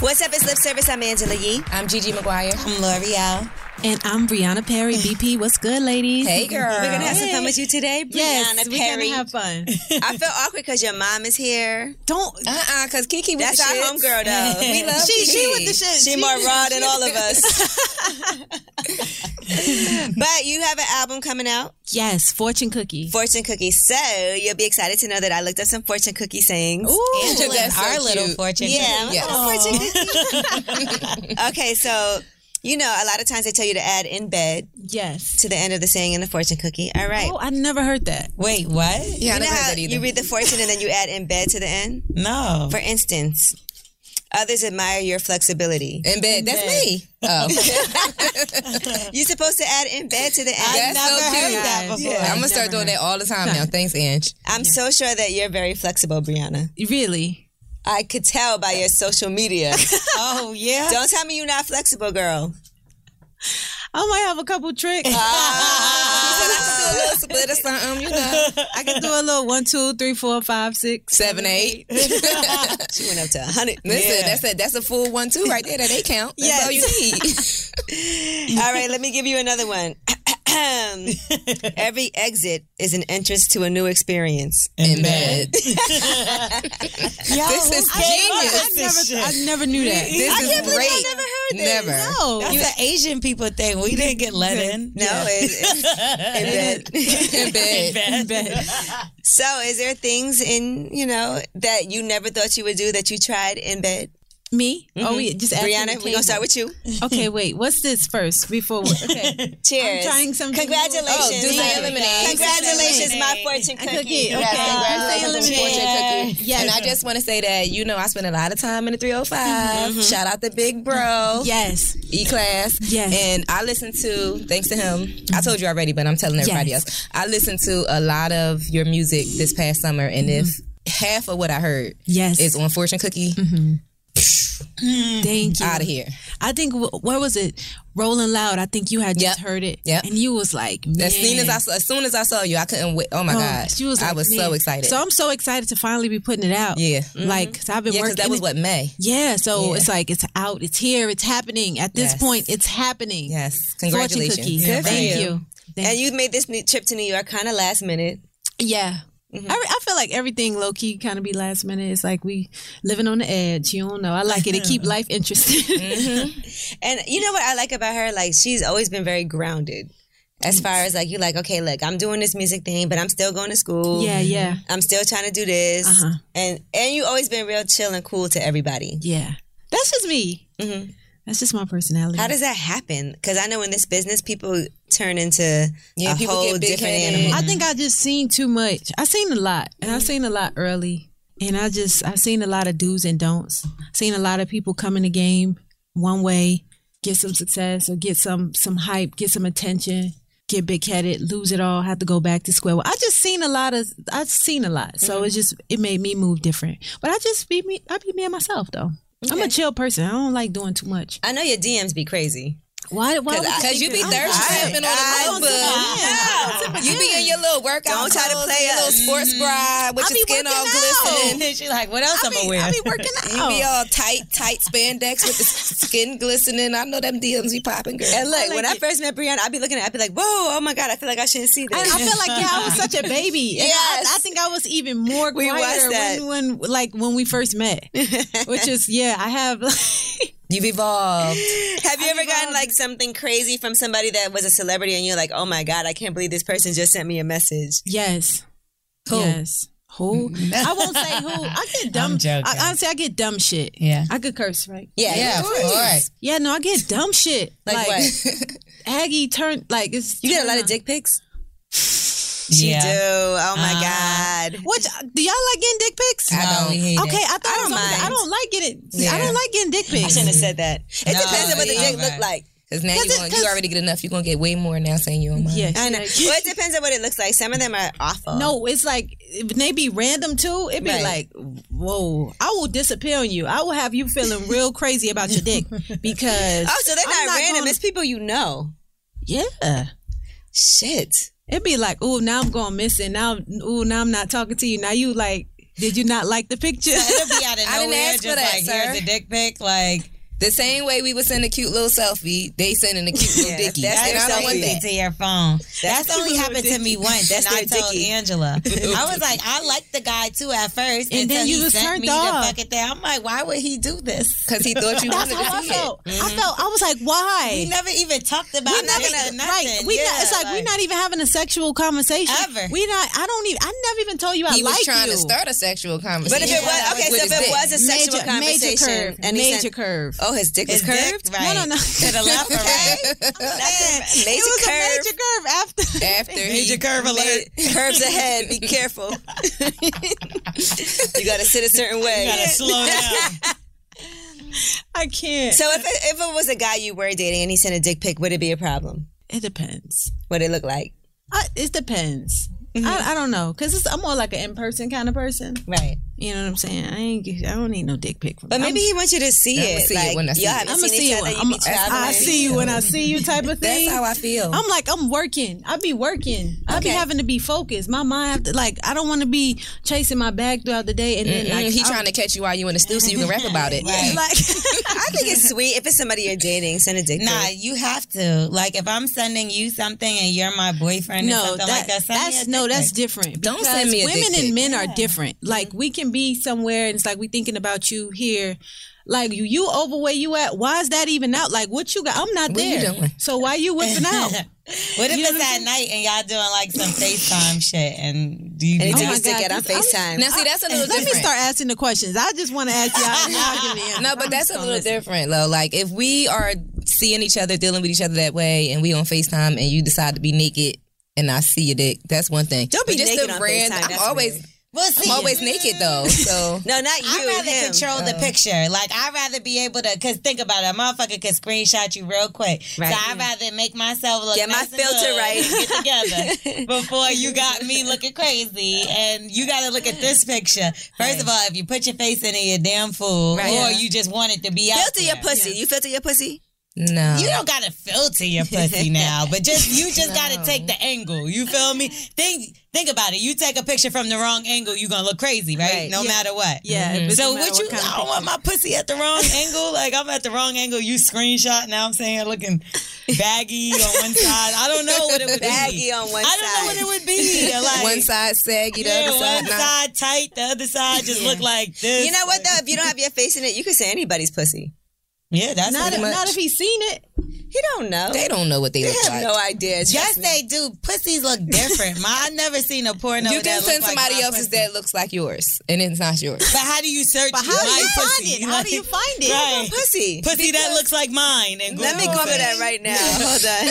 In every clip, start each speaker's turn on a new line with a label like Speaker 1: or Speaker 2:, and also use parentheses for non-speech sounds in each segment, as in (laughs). Speaker 1: What's up? It's Lip Service. I'm Angela Yee.
Speaker 2: I'm Gigi McGuire.
Speaker 3: I'm L'Oreal.
Speaker 4: And I'm Brianna Perry. BP, what's good, ladies?
Speaker 2: Hey, girl.
Speaker 3: We're gonna have some fun with you today, Brianna
Speaker 4: yes,
Speaker 3: Perry.
Speaker 4: We're gonna have fun.
Speaker 1: I feel awkward because your mom is here.
Speaker 3: Don't
Speaker 2: Uh uh-uh, because Kiki was
Speaker 1: That's
Speaker 2: the
Speaker 1: our
Speaker 2: shits.
Speaker 1: homegirl, though.
Speaker 3: (laughs)
Speaker 2: We love
Speaker 3: she,
Speaker 2: Kiki.
Speaker 3: she with the shit.
Speaker 1: She more raw than all of us.
Speaker 3: (laughs)
Speaker 1: (laughs) but you have an album coming out,
Speaker 4: Yes, fortune cookie.
Speaker 1: Fortune Cookie. So you'll be excited to know that I looked up some fortune cookie sayings.
Speaker 2: Angela
Speaker 3: Angela's
Speaker 2: is so
Speaker 3: our little
Speaker 2: cute.
Speaker 3: fortune.
Speaker 1: Yeah,
Speaker 2: Yes.
Speaker 1: I'm
Speaker 3: oh,
Speaker 1: a fortune
Speaker 3: (laughs)
Speaker 1: cookie. (laughs) okay, so you know, a lot of times they tell you to add in bed
Speaker 4: Yes.
Speaker 1: to the end of the saying in the fortune cookie. All right.
Speaker 4: Oh, I never heard that.
Speaker 3: Wait, what?
Speaker 2: Yeah, I
Speaker 1: you know
Speaker 2: never heard
Speaker 1: how
Speaker 2: that either.
Speaker 1: you read the fortune and then you add in bed to the end?
Speaker 3: No.
Speaker 1: For instance, others admire your flexibility.
Speaker 2: in bed. That's me.
Speaker 3: (laughs)
Speaker 1: (laughs)
Speaker 2: Oh.
Speaker 1: You're supposed to add in bed to the
Speaker 2: That's
Speaker 1: end.
Speaker 3: never
Speaker 2: so
Speaker 3: heard
Speaker 2: cute.
Speaker 3: that before.
Speaker 2: Yeah, I'm gonna start doing that all the time now. Thanks, Ange.
Speaker 1: I'm so sure that you're very flexible, Brianna.
Speaker 4: Really?
Speaker 1: I could tell by your social
Speaker 3: (laughs)
Speaker 1: media.
Speaker 3: Oh yeah.
Speaker 1: Don't tell me you're not flexible,
Speaker 3: (laughs)
Speaker 1: girl.
Speaker 4: I might have a couple tricks.
Speaker 2: Do a little split or something, you know.
Speaker 4: I can do a little one, two, three, four, five, six.
Speaker 2: Seven, eight. Listen,
Speaker 1: (laughs) She went up
Speaker 2: (laughs)
Speaker 1: to 100.
Speaker 2: that's a that's a full one two right there. That they count. That's all you need.
Speaker 1: (laughs)
Speaker 2: (laughs)
Speaker 1: All right, let me give you another one. Every exit is an entrance to a new experience.
Speaker 2: In bed.
Speaker 3: Y'all,
Speaker 2: This is
Speaker 4: I
Speaker 2: genius.
Speaker 4: never, I never knew that.
Speaker 2: This
Speaker 1: (laughs) I
Speaker 2: is
Speaker 1: can't believe
Speaker 2: great.
Speaker 1: I never heard this.
Speaker 2: Never.
Speaker 4: No.
Speaker 3: That's the Asian people thing. We didn't get let in.
Speaker 1: No,
Speaker 2: (laughs)
Speaker 1: it's, it's (laughs)
Speaker 2: In
Speaker 1: in bed.
Speaker 2: bed.
Speaker 4: In bed.
Speaker 1: (laughs) So, is there things in you know that you never thought you would do that you tried in bed?
Speaker 4: Me? Oh, we just asking
Speaker 1: Brianna,
Speaker 4: the
Speaker 1: we're gonna start with
Speaker 2: (laughs)
Speaker 1: you.
Speaker 4: table. Okay, wait. What's this first? Before we, okay.
Speaker 1: Cheers.
Speaker 4: I'm trying something new.
Speaker 1: Congratulations.
Speaker 4: Oh,
Speaker 2: do some
Speaker 1: my-
Speaker 2: lemonade.
Speaker 1: Congratulations, my fortune cookie.
Speaker 4: cookie,
Speaker 1: Yes,
Speaker 4: okay.
Speaker 1: congratulations,
Speaker 2: Congratulations,
Speaker 1: fortune cookie.
Speaker 2: Fortune Cookie. And I just want to say that, you know, I spent a lot of time in the 305. Shout out to Big Bro.
Speaker 4: Mm-hmm. Yes.
Speaker 2: E class.
Speaker 4: Yes.
Speaker 2: And I listen to, thanks to him, I told you already, but I'm telling everybody
Speaker 4: Yes.
Speaker 2: else. I listened to a lot of your music this past summer, and if half of what I heard
Speaker 4: Mm-hmm. Yes. Mm-hmm.
Speaker 2: is on Fortune Cookie,
Speaker 4: Thank you.
Speaker 2: out of here.
Speaker 4: I think wh- where was it? Rolling Loud. I think you had just
Speaker 2: Yep.
Speaker 4: heard it.
Speaker 2: Yep.
Speaker 4: And you was like,
Speaker 2: As soon as I
Speaker 4: "Man."
Speaker 2: saw, as soon as I saw you, I couldn't wait. Oh my
Speaker 4: Oh,
Speaker 2: god,
Speaker 4: she was
Speaker 2: I
Speaker 4: like,
Speaker 2: was so
Speaker 4: "Man."
Speaker 2: excited.
Speaker 4: So I'm so excited to finally be putting it out. Mm-hmm.
Speaker 2: Yeah.
Speaker 4: Like, so I've been
Speaker 2: yeah,
Speaker 4: working.
Speaker 2: because that was what May.
Speaker 4: Yeah, so
Speaker 2: Yeah.
Speaker 4: it's like it's out, it's here, it's happening. At this
Speaker 2: Yes.
Speaker 4: point, it's happening.
Speaker 2: Yes,
Speaker 4: Fortune
Speaker 2: congratulations.
Speaker 4: cookie.
Speaker 2: Yeah,
Speaker 1: for
Speaker 4: Thank
Speaker 1: you.
Speaker 4: you. Thank
Speaker 1: And you made this new trip to New York kind of last minute.
Speaker 4: Yeah.
Speaker 2: Mm-hmm.
Speaker 4: I, I feel like everything low key kind of be last minute. It's like we living on the edge. You don't know. I like it.
Speaker 2: (laughs)
Speaker 4: It keep life interesting.
Speaker 2: Mm-hmm.
Speaker 1: And you know what I like about her? Like she's always been very grounded. As far as like you like, okay, look, I'm doing this music thing, but I'm still going to school.
Speaker 4: (laughs) Yeah, yeah.
Speaker 1: I'm still trying to do this.
Speaker 4: Uh-huh.
Speaker 1: And and you always been real chill and cool to everybody.
Speaker 4: yeah, that's just me. That's just my personality.
Speaker 1: How does that happen? Because I know in this business, people turn into
Speaker 2: Yeah,
Speaker 1: a
Speaker 2: people
Speaker 1: whole
Speaker 2: get
Speaker 1: different
Speaker 2: big-headed.
Speaker 1: animal.
Speaker 4: I think I just seen too much. I seen a lot, and I seen a lot early, and I just I seen a lot of do's and don'ts. Seen a lot of people come in the game one way get some success or get some some hype, get some attention, get big headed, lose it all, have to go back to square one. I just seen a lot of I've seen a lot, so it just it made me move different. But I just be me, I be me and myself though. I'm a chill person. I don't like doing too much.
Speaker 5: I know your DMs be crazy.
Speaker 4: Why? Why? would
Speaker 5: Because you be
Speaker 4: I'm
Speaker 5: thirsty
Speaker 6: (laughs)
Speaker 4: tired.
Speaker 5: sipping
Speaker 4: I
Speaker 5: on a
Speaker 4: don't
Speaker 5: notebook. Yeah. You be in your little workout
Speaker 1: Don't try to
Speaker 5: clothes,
Speaker 1: play Mm-hmm.
Speaker 5: your
Speaker 1: up.
Speaker 5: little sports bra with
Speaker 4: I
Speaker 5: your
Speaker 4: be
Speaker 5: skin all
Speaker 4: working
Speaker 5: glistening.
Speaker 6: then she like, what else
Speaker 4: I
Speaker 6: am I
Speaker 4: be,
Speaker 6: wearing?
Speaker 4: I be working
Speaker 5: (laughs) You
Speaker 4: out.
Speaker 5: be all tight, tight spandex with the s- skin glistening. I know them DMs be popping, girl.
Speaker 1: And look, when I first met Brianna, I'd be looking at, it, I'd be like, "Whoa, oh my god, I feel like I shouldn't see this."
Speaker 4: And I feel like yeah, I was such a baby. And
Speaker 1: Yes.
Speaker 4: I, I think I was even more
Speaker 1: We was
Speaker 4: quieter
Speaker 1: that.
Speaker 4: when, when like when we first met. Which is yeah, I have (laughs)
Speaker 5: You've evolved.
Speaker 1: (laughs) Have you ever gotten like something crazy from somebody that was a celebrity and you're like, oh my God, I can't believe this person just sent me a message?
Speaker 4: yes. Yes. Who? I won't say who. I get dumb.
Speaker 6: I'm joking.
Speaker 4: I, honestly, I get dumb shit.
Speaker 6: Yeah.
Speaker 4: I could curse, right?
Speaker 5: Yeah,
Speaker 6: yeah, of course.
Speaker 4: Yeah, no, I get dumb shit.
Speaker 5: Like, what?
Speaker 4: Aggie turned like it's.
Speaker 1: You get a lot of dick pics?
Speaker 6: She
Speaker 1: You do.
Speaker 6: yeah. Uh,
Speaker 1: Oh my God.
Speaker 4: What do y'all like getting dick pics?
Speaker 6: I don't. We hate it.
Speaker 4: Okay, I thought I,
Speaker 1: don't
Speaker 4: was only-
Speaker 1: mind.
Speaker 4: I don't like getting.
Speaker 5: Yeah.
Speaker 4: I don't like getting dick
Speaker 1: I
Speaker 4: pics.
Speaker 1: shouldn't have said that. It
Speaker 6: No,
Speaker 1: depends on what the
Speaker 6: it's
Speaker 1: dick
Speaker 6: over. (laughs)
Speaker 1: looked like.
Speaker 5: Because now you,
Speaker 4: Cause it-
Speaker 5: going,
Speaker 4: cause-
Speaker 5: you already get enough. You're going to get way more now saying you don't mind.
Speaker 6: (laughs)
Speaker 4: Yes.
Speaker 1: I know. Well, it depends on what it looks like. Some of them are awful.
Speaker 4: No, it's like it may be random too. It be
Speaker 1: Right.
Speaker 4: like, whoa, I will disappear on you. I will have you
Speaker 1: (laughs)
Speaker 4: feeling real crazy about your dick because
Speaker 1: Oh, so they're
Speaker 4: I'm
Speaker 1: not, random.
Speaker 4: gonna-
Speaker 1: It's people you know.
Speaker 4: yeah.
Speaker 1: Shit.
Speaker 4: It'd be like, oh, now I'm going missing. Now, oh, now I'm not talking to you. Now you like, did you not like the picture?
Speaker 6: It'll be out of
Speaker 5: I didn't
Speaker 6: nowhere.
Speaker 5: ask for
Speaker 6: just
Speaker 5: that,
Speaker 6: like,
Speaker 5: sir.
Speaker 6: here's a dick pic. Like,
Speaker 5: The same way we would send a cute little selfie, they sending a cute little
Speaker 1: Yeah,
Speaker 5: dicky.
Speaker 1: that's
Speaker 5: and
Speaker 1: their
Speaker 5: I don't want
Speaker 1: selfie.
Speaker 5: that.
Speaker 6: to your phone. That's,
Speaker 1: cute
Speaker 6: only
Speaker 1: little
Speaker 6: happened to me
Speaker 1: dicky.
Speaker 6: once.
Speaker 1: That's
Speaker 6: and I
Speaker 1: their
Speaker 6: told
Speaker 1: dicky. (laughs)
Speaker 6: Angela. I was like, I liked the guy too at first.
Speaker 4: And
Speaker 6: until
Speaker 4: then you
Speaker 6: he
Speaker 4: was
Speaker 6: sent
Speaker 4: turned
Speaker 6: me
Speaker 4: off.
Speaker 6: The fucking thing. I'm like, why would he do this?
Speaker 5: Because he thought you
Speaker 4: That's
Speaker 5: wanted
Speaker 4: how (laughs)
Speaker 5: to
Speaker 4: I
Speaker 5: see it.
Speaker 4: felt. I felt. I was like,
Speaker 6: We
Speaker 4: why?
Speaker 6: never even talked about
Speaker 4: We not
Speaker 6: dick or
Speaker 4: gonna- right.
Speaker 6: nothing.
Speaker 4: We
Speaker 6: yeah,
Speaker 4: not, it's like, we're not even having a sexual conversation.
Speaker 6: Ever.
Speaker 4: We not. I don't even. I never even told you I
Speaker 5: He was
Speaker 4: like
Speaker 5: trying
Speaker 4: you.
Speaker 5: to start a sexual conversation.
Speaker 1: But if it was, okay,
Speaker 5: with
Speaker 1: so if
Speaker 5: his
Speaker 1: it
Speaker 5: dick.
Speaker 1: was a sexual
Speaker 4: major,
Speaker 1: conversation.
Speaker 4: major curve.
Speaker 1: and he
Speaker 4: major
Speaker 1: sent-
Speaker 4: curve.
Speaker 1: Oh, his dick was
Speaker 6: His
Speaker 1: curved?
Speaker 6: dick, right.
Speaker 4: No, no, no.
Speaker 6: To the (laughs) left or right.
Speaker 1: Major
Speaker 4: it was a
Speaker 1: curve.
Speaker 4: major curve after.
Speaker 5: After he,
Speaker 6: curve alert.
Speaker 1: (laughs) Curves ahead. Be careful. you got to sit a certain way.
Speaker 6: Gotta slow down.
Speaker 4: (laughs) I
Speaker 1: (laughs)
Speaker 4: can't.
Speaker 1: So if it, if it was a guy you were dating and he sent a dick pic, would it be a problem?
Speaker 4: It depends.
Speaker 1: What it look like?
Speaker 4: I, it depends. I, I don't know because I'm more like an in person kind of person.
Speaker 1: Right.
Speaker 4: You know what I'm saying? I ain't. get- I don't need no dick pic from.
Speaker 1: But maybe he wants you to see
Speaker 5: I'ma
Speaker 1: it.
Speaker 5: see it
Speaker 1: like,
Speaker 5: when I see
Speaker 1: y'all
Speaker 5: it.
Speaker 1: haven't
Speaker 4: I'm gonna
Speaker 1: seen
Speaker 4: see
Speaker 1: each
Speaker 4: you.
Speaker 1: other. You
Speaker 4: I'm
Speaker 1: be traveling.
Speaker 4: I see you when I see you type of
Speaker 5: that's
Speaker 4: thing.
Speaker 5: how I feel.
Speaker 4: I'm like I'm working. I be working. I
Speaker 1: Okay.
Speaker 4: be having to be focused. My mind have to like I don't want to be chasing my bag throughout the day and then
Speaker 5: Mm,
Speaker 4: like
Speaker 5: he
Speaker 4: I'm-
Speaker 5: trying to catch you while you in the stew so you can rap about it.
Speaker 4: like
Speaker 1: (laughs) I think it's sweet if it's somebody you're dating. Send a dick pic.
Speaker 6: Nah, you have to. Like, if I'm sending you something and you're my boyfriend or
Speaker 4: no
Speaker 6: something
Speaker 4: that-
Speaker 6: like that, send me
Speaker 4: that's
Speaker 6: a
Speaker 4: no
Speaker 6: dick
Speaker 4: that's
Speaker 6: pic.
Speaker 4: different.
Speaker 5: Don't
Speaker 4: because
Speaker 5: send me a dick
Speaker 4: women
Speaker 5: pic.
Speaker 4: and men are different. Like we can be somewhere and it's like we thinking about you here. Like you, you over where you at? Why is that even out? Like what you got? I'm not
Speaker 5: What you
Speaker 4: there.
Speaker 5: doing?
Speaker 4: So why you whipping out?
Speaker 6: What if it's at night and y'all doing like some FaceTime shit and do you be
Speaker 1: Anytime
Speaker 4: Oh my
Speaker 1: you stick
Speaker 4: God,
Speaker 1: it on
Speaker 4: this- I'm-
Speaker 1: FaceTime.
Speaker 5: Now, see, that's a little
Speaker 4: Let me
Speaker 5: different.
Speaker 4: start asking the questions. I just want to ask y'all.
Speaker 6: (laughs)
Speaker 4: y'all give me answers.
Speaker 5: No,
Speaker 4: I'm
Speaker 5: but that's
Speaker 4: just
Speaker 5: a
Speaker 4: gonna
Speaker 5: little
Speaker 4: listen.
Speaker 5: different, though. Like, if we are seeing each other, dealing with each other that way, and we on FaceTime, and you decide to be naked, and I see your dick, that's one thing.
Speaker 1: Don't be
Speaker 5: But just
Speaker 1: naked
Speaker 5: the
Speaker 1: on
Speaker 5: brand-
Speaker 1: FaceTime,
Speaker 5: I'm
Speaker 1: that's
Speaker 5: always,
Speaker 1: weird.
Speaker 6: We'll see.
Speaker 5: I'm always naked though. So
Speaker 1: (laughs) no, not you.
Speaker 6: I'd rather
Speaker 1: him.
Speaker 6: control the picture. Like I'd rather be able to, cause think about it, a motherfucker could screenshot you real quick.
Speaker 1: Right.
Speaker 6: So I'd rather make myself look
Speaker 1: Get my
Speaker 6: nice and
Speaker 1: filter
Speaker 6: good
Speaker 1: right.
Speaker 6: and get
Speaker 1: (laughs)
Speaker 6: together before you got me looking crazy. And you got to look at this picture. First of all, if you put your face in it, you're damn fool,
Speaker 5: Right.
Speaker 6: or
Speaker 5: Yeah.
Speaker 6: you just want it to be out
Speaker 1: Filter your
Speaker 6: there.
Speaker 1: pussy. You filter your pussy.
Speaker 5: no,
Speaker 6: You don't gotta filter your pussy now, but just you just gotta take the angle. You feel me? Think think about it. You take a picture from the wrong angle, you gonna look crazy, right?
Speaker 1: Right.
Speaker 6: No matter what.
Speaker 4: Yeah, if it's
Speaker 6: So
Speaker 4: no
Speaker 6: what
Speaker 4: matter
Speaker 6: you?
Speaker 4: what kind of
Speaker 6: I don't want my pussy at the wrong angle. Like I'm at the wrong angle. You screenshot now. I'm saying looking baggy on one side. I don't know what
Speaker 5: (laughs)
Speaker 6: it would
Speaker 1: Baggy
Speaker 6: be.
Speaker 1: on one
Speaker 6: I don't know
Speaker 1: side.
Speaker 6: what it would be. Like
Speaker 5: one side saggy, the
Speaker 6: yeah,
Speaker 5: other side
Speaker 6: one
Speaker 5: not.
Speaker 6: side tight, the other side just look like this.
Speaker 1: You know what though? If you don't have your face in it, you can say anybody's pussy.
Speaker 6: Yeah, that's
Speaker 4: Not
Speaker 6: pretty
Speaker 4: if,
Speaker 6: much-
Speaker 4: not if he's seen it.
Speaker 1: He don't know.
Speaker 5: They don't know what they,
Speaker 1: They
Speaker 5: look
Speaker 1: have
Speaker 5: like.
Speaker 1: no idea. Trust
Speaker 4: Yes,
Speaker 1: me.
Speaker 4: they do. Pussies look different. My, I never seen a porno.
Speaker 5: you
Speaker 4: that
Speaker 5: can send
Speaker 4: look like
Speaker 5: somebody
Speaker 4: my
Speaker 5: else's
Speaker 4: pussy.
Speaker 5: that looks like yours, and it's not yours.
Speaker 4: But how do you search?
Speaker 1: But how do
Speaker 4: my
Speaker 1: you find
Speaker 4: pussy?
Speaker 1: it? How do you find it?
Speaker 4: Right.
Speaker 1: Pussy.
Speaker 4: Pussy that looks like mine. And
Speaker 1: Let me
Speaker 4: Google
Speaker 1: cover
Speaker 4: it.
Speaker 1: that right
Speaker 5: (laughs)
Speaker 1: now. Hold on.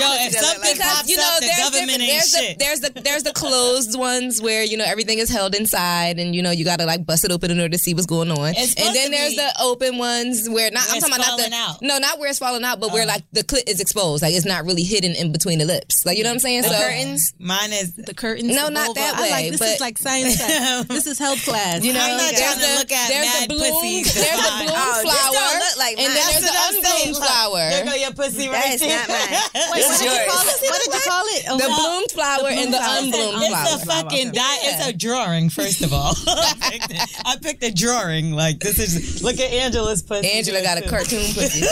Speaker 4: Yo, if something pops up, the government ain't
Speaker 5: there's
Speaker 4: shit.
Speaker 5: The, there's the there's the closed ones where you know everything is held inside, and you know you gotta like bust it open in order to see what's going on.
Speaker 4: It's supposed
Speaker 5: and then
Speaker 4: to
Speaker 5: there's
Speaker 4: be-
Speaker 5: the open ones where not
Speaker 4: Where
Speaker 5: I'm
Speaker 4: it's
Speaker 5: talking about not
Speaker 4: falling
Speaker 5: the
Speaker 4: out. Uh-huh.
Speaker 5: no not where it's falling out, but where like the clit is exposed, like it's not really hidden in between the lips, like you know what I'm saying? so
Speaker 1: curtains?
Speaker 4: Mine is.
Speaker 7: The curtains.
Speaker 5: No,
Speaker 7: the
Speaker 5: not
Speaker 7: vulva.
Speaker 5: that
Speaker 7: I
Speaker 5: way,
Speaker 7: like this
Speaker 5: but-
Speaker 7: is like science.
Speaker 4: (laughs)
Speaker 7: fact. this is health class. You
Speaker 4: I'm not
Speaker 5: there's
Speaker 4: trying to
Speaker 5: the-
Speaker 4: look at
Speaker 5: there's
Speaker 4: mad
Speaker 5: the bloom,
Speaker 4: pussy.
Speaker 5: there's the bloom
Speaker 1: Oh, this don't
Speaker 5: flower,
Speaker 1: look like mine.
Speaker 5: and then
Speaker 1: That's
Speaker 5: there's
Speaker 4: what
Speaker 5: the
Speaker 4: I'm saying.
Speaker 5: unbloomed
Speaker 4: Look,
Speaker 5: flower.
Speaker 4: There go your pussy
Speaker 1: That
Speaker 4: right
Speaker 1: is
Speaker 4: there.
Speaker 1: not
Speaker 4: (laughs)
Speaker 1: mine.
Speaker 4: Wait,
Speaker 1: It's
Speaker 7: what did you
Speaker 1: yours.
Speaker 7: call it? What did you call it? Oh,
Speaker 5: The
Speaker 7: wow.
Speaker 5: bloomed flower and the
Speaker 7: flower.
Speaker 5: unbloomed
Speaker 7: It's
Speaker 5: flower.
Speaker 4: It's a fucking di- It's
Speaker 5: Yeah.
Speaker 4: a drawing, first of all. (laughs) I picked it- I picked a drawing. Like this is. Look at Angela's pussy.
Speaker 5: Angela got a cartoon
Speaker 1: (laughs)
Speaker 5: pussy.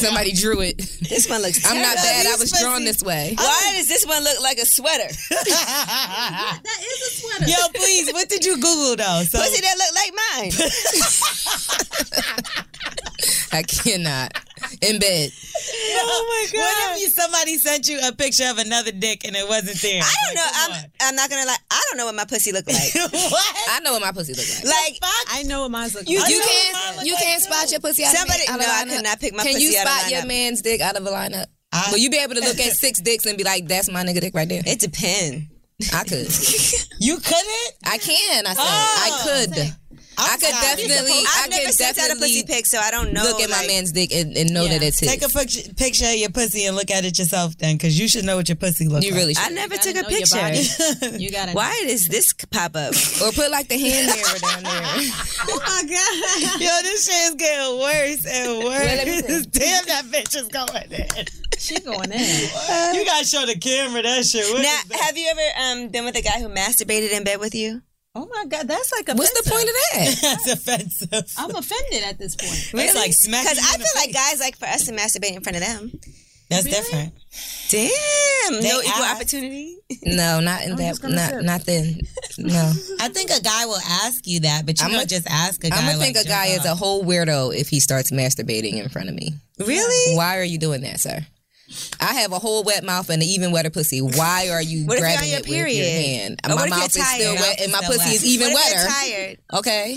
Speaker 5: Somebody drew it.
Speaker 1: This one looks.
Speaker 5: I'm not
Speaker 1: terrible.
Speaker 5: bad. I was drawn this way.
Speaker 1: Why does this one look like a sweater?
Speaker 7: That is a sweater.
Speaker 4: Yo, please. What did you Google though? So
Speaker 1: Pussy that look like mine.
Speaker 5: I cannot. In bed.
Speaker 4: oh my god. (laughs) What if you, somebody sent you a picture of another dick and it wasn't there?
Speaker 1: I don't know. I'm, I'm not gonna lie. I don't know what my pussy look like.
Speaker 4: what?
Speaker 5: I know what my pussy look like.
Speaker 1: Like
Speaker 7: I know what mine's looking
Speaker 5: you,
Speaker 7: like.
Speaker 5: you
Speaker 4: know what mine
Speaker 5: can't
Speaker 4: look
Speaker 5: you
Speaker 4: like,
Speaker 5: can't
Speaker 4: too.
Speaker 5: spot your pussy out
Speaker 1: Somebody-
Speaker 5: of, out
Speaker 1: no,
Speaker 5: of
Speaker 1: I
Speaker 5: lineup.
Speaker 1: could not pick my
Speaker 5: Can you
Speaker 1: pussy out of
Speaker 5: spot
Speaker 1: lineup.
Speaker 5: your man's dick out of a lineup?
Speaker 4: I-
Speaker 5: Will you be able to look at six dicks and be like, that's my nigga dick right there?
Speaker 1: it depends.
Speaker 5: I could.
Speaker 4: You couldn't.
Speaker 5: I can. I said
Speaker 4: Oh.
Speaker 5: I could. I could
Speaker 4: sorry.
Speaker 5: definitely. I
Speaker 1: I've never
Speaker 5: could
Speaker 1: sent out a pussy
Speaker 5: definitely
Speaker 1: pic, so I don't know.
Speaker 5: look at my
Speaker 1: like-
Speaker 5: man's dick and, and know that it's his.
Speaker 4: Take a picture, picture of your pussy and look at it yourself then, because you should know what your pussy looks
Speaker 5: you
Speaker 4: like.
Speaker 5: really should.
Speaker 1: I never took
Speaker 7: gotta
Speaker 1: a
Speaker 7: know your
Speaker 1: picture.
Speaker 7: body.
Speaker 4: (laughs)
Speaker 7: You gotta.
Speaker 1: Why does this pop up?
Speaker 5: Or put like the hand mirror
Speaker 1: (laughs)
Speaker 5: down there.
Speaker 1: Oh my god!
Speaker 4: Yo, this shit is getting worse and
Speaker 5: let me
Speaker 4: worse.
Speaker 5: see.
Speaker 4: Damn, that bitch is going in.
Speaker 7: She going in.
Speaker 4: You gotta show the camera that shit. What
Speaker 1: Now,
Speaker 4: is that?
Speaker 1: have you ever um been with a guy who masturbated in bed with you?
Speaker 7: Oh my god, that's like a.
Speaker 5: What's the point of
Speaker 1: (laughs)
Speaker 5: that?
Speaker 4: That's (laughs) offensive.
Speaker 7: I'm offended at this point.
Speaker 4: It's like smacking.
Speaker 1: Because
Speaker 4: you
Speaker 1: I
Speaker 4: in the
Speaker 1: feel like
Speaker 4: face.
Speaker 1: guys like for us to masturbate in front of them.
Speaker 4: that's different.
Speaker 1: Damn, no
Speaker 4: They
Speaker 1: equal
Speaker 4: asked.
Speaker 1: opportunity.
Speaker 5: No, not in that. Not not
Speaker 1: (laughs)
Speaker 5: then. No,
Speaker 4: I think a guy will ask you that, but you
Speaker 5: I'ma-
Speaker 4: don't just ask a guy.
Speaker 5: I'm gonna think
Speaker 4: like,
Speaker 5: a guy
Speaker 4: "Yo,
Speaker 5: is a whole weirdo if he starts masturbating in front of me.
Speaker 1: Really?
Speaker 5: Why are you doing that, sir? I have a whole wet mouth and an even wetter pussy. Why are you
Speaker 1: What if you're on
Speaker 5: grabbing
Speaker 1: your
Speaker 5: it with your
Speaker 1: period?
Speaker 5: hand?
Speaker 1: Or
Speaker 5: my
Speaker 1: what if you're
Speaker 5: mouth is still
Speaker 1: tired?
Speaker 5: wet and my
Speaker 4: Mouth is
Speaker 5: pussy
Speaker 4: still
Speaker 5: is
Speaker 4: wet.
Speaker 5: even
Speaker 1: what if
Speaker 5: wetter.
Speaker 1: you're tired?
Speaker 5: Okay.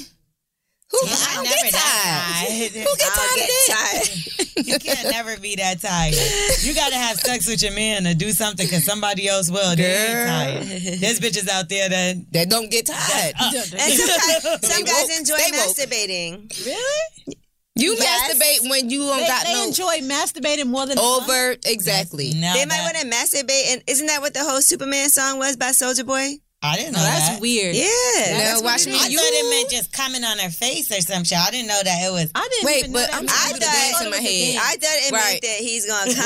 Speaker 5: Who, I
Speaker 4: I'll
Speaker 5: don't
Speaker 4: never
Speaker 5: get
Speaker 4: that tired.
Speaker 5: tired. Who (laughs)
Speaker 4: (laughs)
Speaker 5: get
Speaker 1: I'll
Speaker 5: tired of
Speaker 1: get
Speaker 5: that? (laughs)
Speaker 1: tired.
Speaker 4: You can't never be that tired. You gotta have sex with your man or do something because somebody else will. They ain't tired. There's bitches out there that
Speaker 5: That don't get tired.
Speaker 1: (laughs) And sometimes, some
Speaker 5: They
Speaker 1: guys
Speaker 5: woke.
Speaker 1: enjoy
Speaker 5: They woke.
Speaker 1: masturbating.
Speaker 5: you
Speaker 1: Yes.
Speaker 5: masturbate when you don't
Speaker 7: They,
Speaker 5: got
Speaker 7: they
Speaker 5: no
Speaker 7: enjoy masturbating more than
Speaker 5: over. Exactly.
Speaker 4: no,
Speaker 1: They might want to masturbate, and isn't that what the whole Superman song was by Soldier Boy?
Speaker 4: I didn't know
Speaker 7: Oh,
Speaker 4: that.
Speaker 7: that's weird.
Speaker 1: Yeah.
Speaker 5: Now watch
Speaker 4: I
Speaker 5: me. You
Speaker 4: thought it meant just coming on her face or some shit. I didn't know that it was.
Speaker 7: I didn't
Speaker 5: Wait,
Speaker 7: even know
Speaker 5: but
Speaker 7: that
Speaker 5: I'm
Speaker 7: was
Speaker 1: I
Speaker 5: trying to do the dance
Speaker 1: thought
Speaker 5: in my head.
Speaker 1: I thought it meant
Speaker 5: Right.
Speaker 1: that he's gonna come,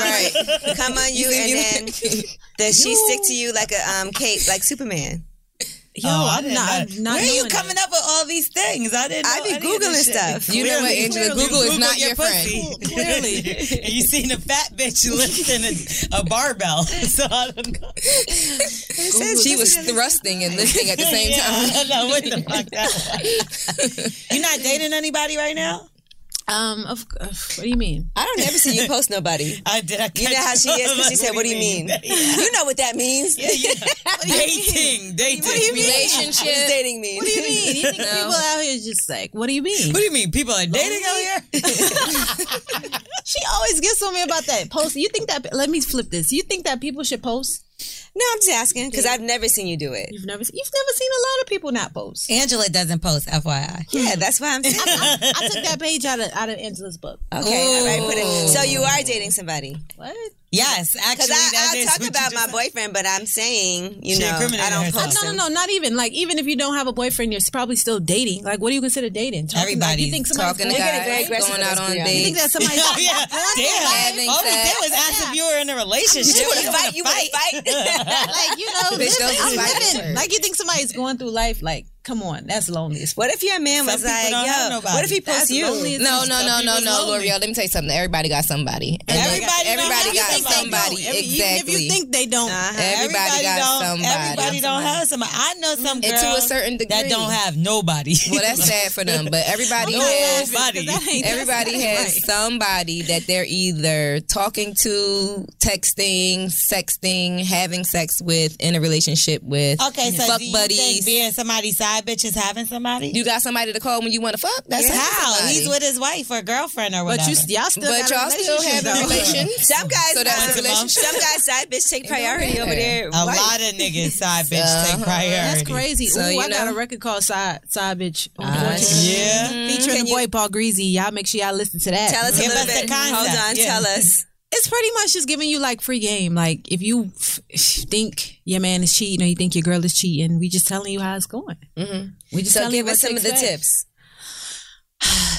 Speaker 1: (laughs)
Speaker 5: Right.
Speaker 1: come on you,
Speaker 5: see me
Speaker 1: and then
Speaker 5: like-
Speaker 1: that she stick to you like a um cape, like Superman.
Speaker 7: Yo,
Speaker 4: Oh, I
Speaker 7: I'm
Speaker 4: didn't
Speaker 7: not.
Speaker 4: know.
Speaker 7: I'm not
Speaker 4: Where are you
Speaker 7: knowing
Speaker 4: coming up with all these things? I didn't.
Speaker 1: I
Speaker 4: know
Speaker 1: be
Speaker 4: any of this
Speaker 1: Googling
Speaker 4: shit.
Speaker 1: stuff.
Speaker 5: You know what, Angela? Google is not your friend.
Speaker 4: (laughs) Clearly, and (laughs) you seen a fat bitch (laughs) lifting a, a barbell. (laughs) So I don't know.
Speaker 5: She was thrusting (laughs) and lifting at the same
Speaker 4: Yeah,
Speaker 5: time.
Speaker 4: (laughs) I don't know what the fuck that was.
Speaker 1: (laughs)
Speaker 4: you not dating anybody right now?
Speaker 7: that. Um, of, of, what do you mean?
Speaker 1: I don't ever see you post nobody.
Speaker 4: I did. I
Speaker 1: You know how she is (laughs) because she said, "What do you
Speaker 4: (laughs)
Speaker 1: mean?" (laughs) You know what that means.
Speaker 4: Yeah, yeah. dating, dating. What do you
Speaker 1: What does
Speaker 5: Relationship.
Speaker 1: dating mean?
Speaker 7: What do you mean? You think people out here is just like, what do you mean?
Speaker 4: What do you mean? People are dating out here?
Speaker 7: She always gets on me about that post. You think that? Let me flip this. You think that people should post?
Speaker 1: (laughs) No, I'm just asking because I've never seen you do it.
Speaker 7: You've never, you've never seen a lot of people not
Speaker 5: (laughs)
Speaker 7: post.
Speaker 4: Angela doesn't post, FYI.
Speaker 1: Yeah, that's why I'm saying.
Speaker 7: I, I took that page out of out of Angela's book.
Speaker 5: Uh,
Speaker 1: Okay, all right, put it. So you are dating somebody?
Speaker 7: What?
Speaker 1: (laughs)
Speaker 4: Yes,
Speaker 1: Because
Speaker 4: actually, that
Speaker 1: I'll
Speaker 4: is
Speaker 1: talk
Speaker 4: what
Speaker 1: about
Speaker 4: you
Speaker 1: my
Speaker 4: just-
Speaker 1: boyfriend, but I'm saying, you
Speaker 4: She
Speaker 1: know, I
Speaker 4: incriminated
Speaker 1: don't
Speaker 4: herself.
Speaker 1: post.
Speaker 7: No, no,
Speaker 1: him.
Speaker 7: no, not even. Like, even if you don't have a boyfriend, you're probably still dating. Like, what do you consider dating? Talking, like,
Speaker 4: Everybody's
Speaker 7: you think somebody's
Speaker 5: Talking to
Speaker 7: going-
Speaker 1: We're getting very
Speaker 5: guys,
Speaker 1: aggressive
Speaker 5: going
Speaker 1: with
Speaker 5: out
Speaker 1: this girl.
Speaker 5: on
Speaker 7: You think
Speaker 5: dates.
Speaker 7: that
Speaker 5: (laughs)
Speaker 7: somebody's
Speaker 4: (laughs) Oh, yeah. Damn.
Speaker 5: Having
Speaker 4: All we did
Speaker 5: sex.
Speaker 4: was ask if you were in a relationship.
Speaker 1: She would
Speaker 4: You
Speaker 1: fight. You
Speaker 4: wanna
Speaker 1: would fight.
Speaker 4: (laughs)
Speaker 1: (laughs)
Speaker 7: like you know,
Speaker 5: Bitch, those
Speaker 7: living,
Speaker 5: is
Speaker 7: I'm
Speaker 5: like
Speaker 7: living.
Speaker 5: words.
Speaker 7: Like you think somebody's going through life like
Speaker 8: Come on, that's lonely. as fuck.
Speaker 5: What if your man
Speaker 4: Some
Speaker 5: was
Speaker 4: people
Speaker 5: like,
Speaker 4: don't have
Speaker 5: yo,
Speaker 4: nobody.
Speaker 5: what if he
Speaker 4: That's
Speaker 5: posts you?
Speaker 4: lonely as
Speaker 5: No,
Speaker 4: fuck.
Speaker 5: no,
Speaker 4: Some
Speaker 5: no, no,
Speaker 4: people's
Speaker 5: no,
Speaker 4: lonely.
Speaker 5: L'Oreal. Let me tell you something. Everybody got somebody. And
Speaker 4: Everybody don't
Speaker 5: everybody
Speaker 4: have
Speaker 5: got
Speaker 4: somebody.
Speaker 5: somebody.
Speaker 4: Every-
Speaker 5: Exactly. Uh-huh.
Speaker 4: Even if you think they don't,
Speaker 5: Everybody got
Speaker 4: don't,
Speaker 5: somebody.
Speaker 4: Everybody don't have somebody. I know some
Speaker 5: to a
Speaker 4: girls
Speaker 5: certain
Speaker 4: that
Speaker 5: degree.
Speaker 4: don't have
Speaker 5: (laughs)
Speaker 4: nobody.
Speaker 5: well, that's sad for them, but (laughs) everybody has
Speaker 4: nobody.
Speaker 5: (laughs) Everybody has somebody that they're either talking to, texting, sexting, having sex with, in a relationship with.
Speaker 4: Okay, so
Speaker 5: fuck
Speaker 4: do you
Speaker 5: buddies.
Speaker 4: think being somebody's side bitch is having somebody?
Speaker 5: you got somebody to call when you want to fuck. That's
Speaker 4: Yeah. how
Speaker 5: somebody.
Speaker 4: he's with his wife or girlfriend or whatever.
Speaker 8: But you, y'all still,
Speaker 5: but
Speaker 8: got
Speaker 5: y'all still
Speaker 8: relationships,
Speaker 5: having (laughs)
Speaker 8: though.
Speaker 5: relations.
Speaker 1: Some guys,
Speaker 5: So that's
Speaker 1: um,
Speaker 5: a relationship.
Speaker 1: some guys side bitch take
Speaker 5: don't
Speaker 1: priority over
Speaker 5: matter.
Speaker 1: their
Speaker 4: a
Speaker 1: wife.
Speaker 4: lot of niggas side bitch take
Speaker 5: Uh-huh.
Speaker 4: priority. Uh,
Speaker 8: That's crazy.
Speaker 5: So,
Speaker 8: Ooh,
Speaker 5: you
Speaker 8: I got
Speaker 5: know.
Speaker 8: a record called Side Side Bitch. Unfortunately.
Speaker 4: Yeah.
Speaker 5: Mm-hmm.
Speaker 8: Featuring the boy Paul Greasy. Y'all make sure y'all listen to that.
Speaker 1: Tell us
Speaker 4: Give
Speaker 1: a little
Speaker 4: us the
Speaker 1: bit. Hold
Speaker 4: concept.
Speaker 1: on,
Speaker 4: Yeah.
Speaker 1: tell us.
Speaker 8: it's pretty much just giving you like free game. Like if you f- think your man is cheating or you think your girl is cheating, we just telling you how it's going. We just
Speaker 1: So
Speaker 8: telling
Speaker 1: give
Speaker 8: you
Speaker 1: us some
Speaker 8: what to
Speaker 1: of the
Speaker 8: expect.
Speaker 1: tips.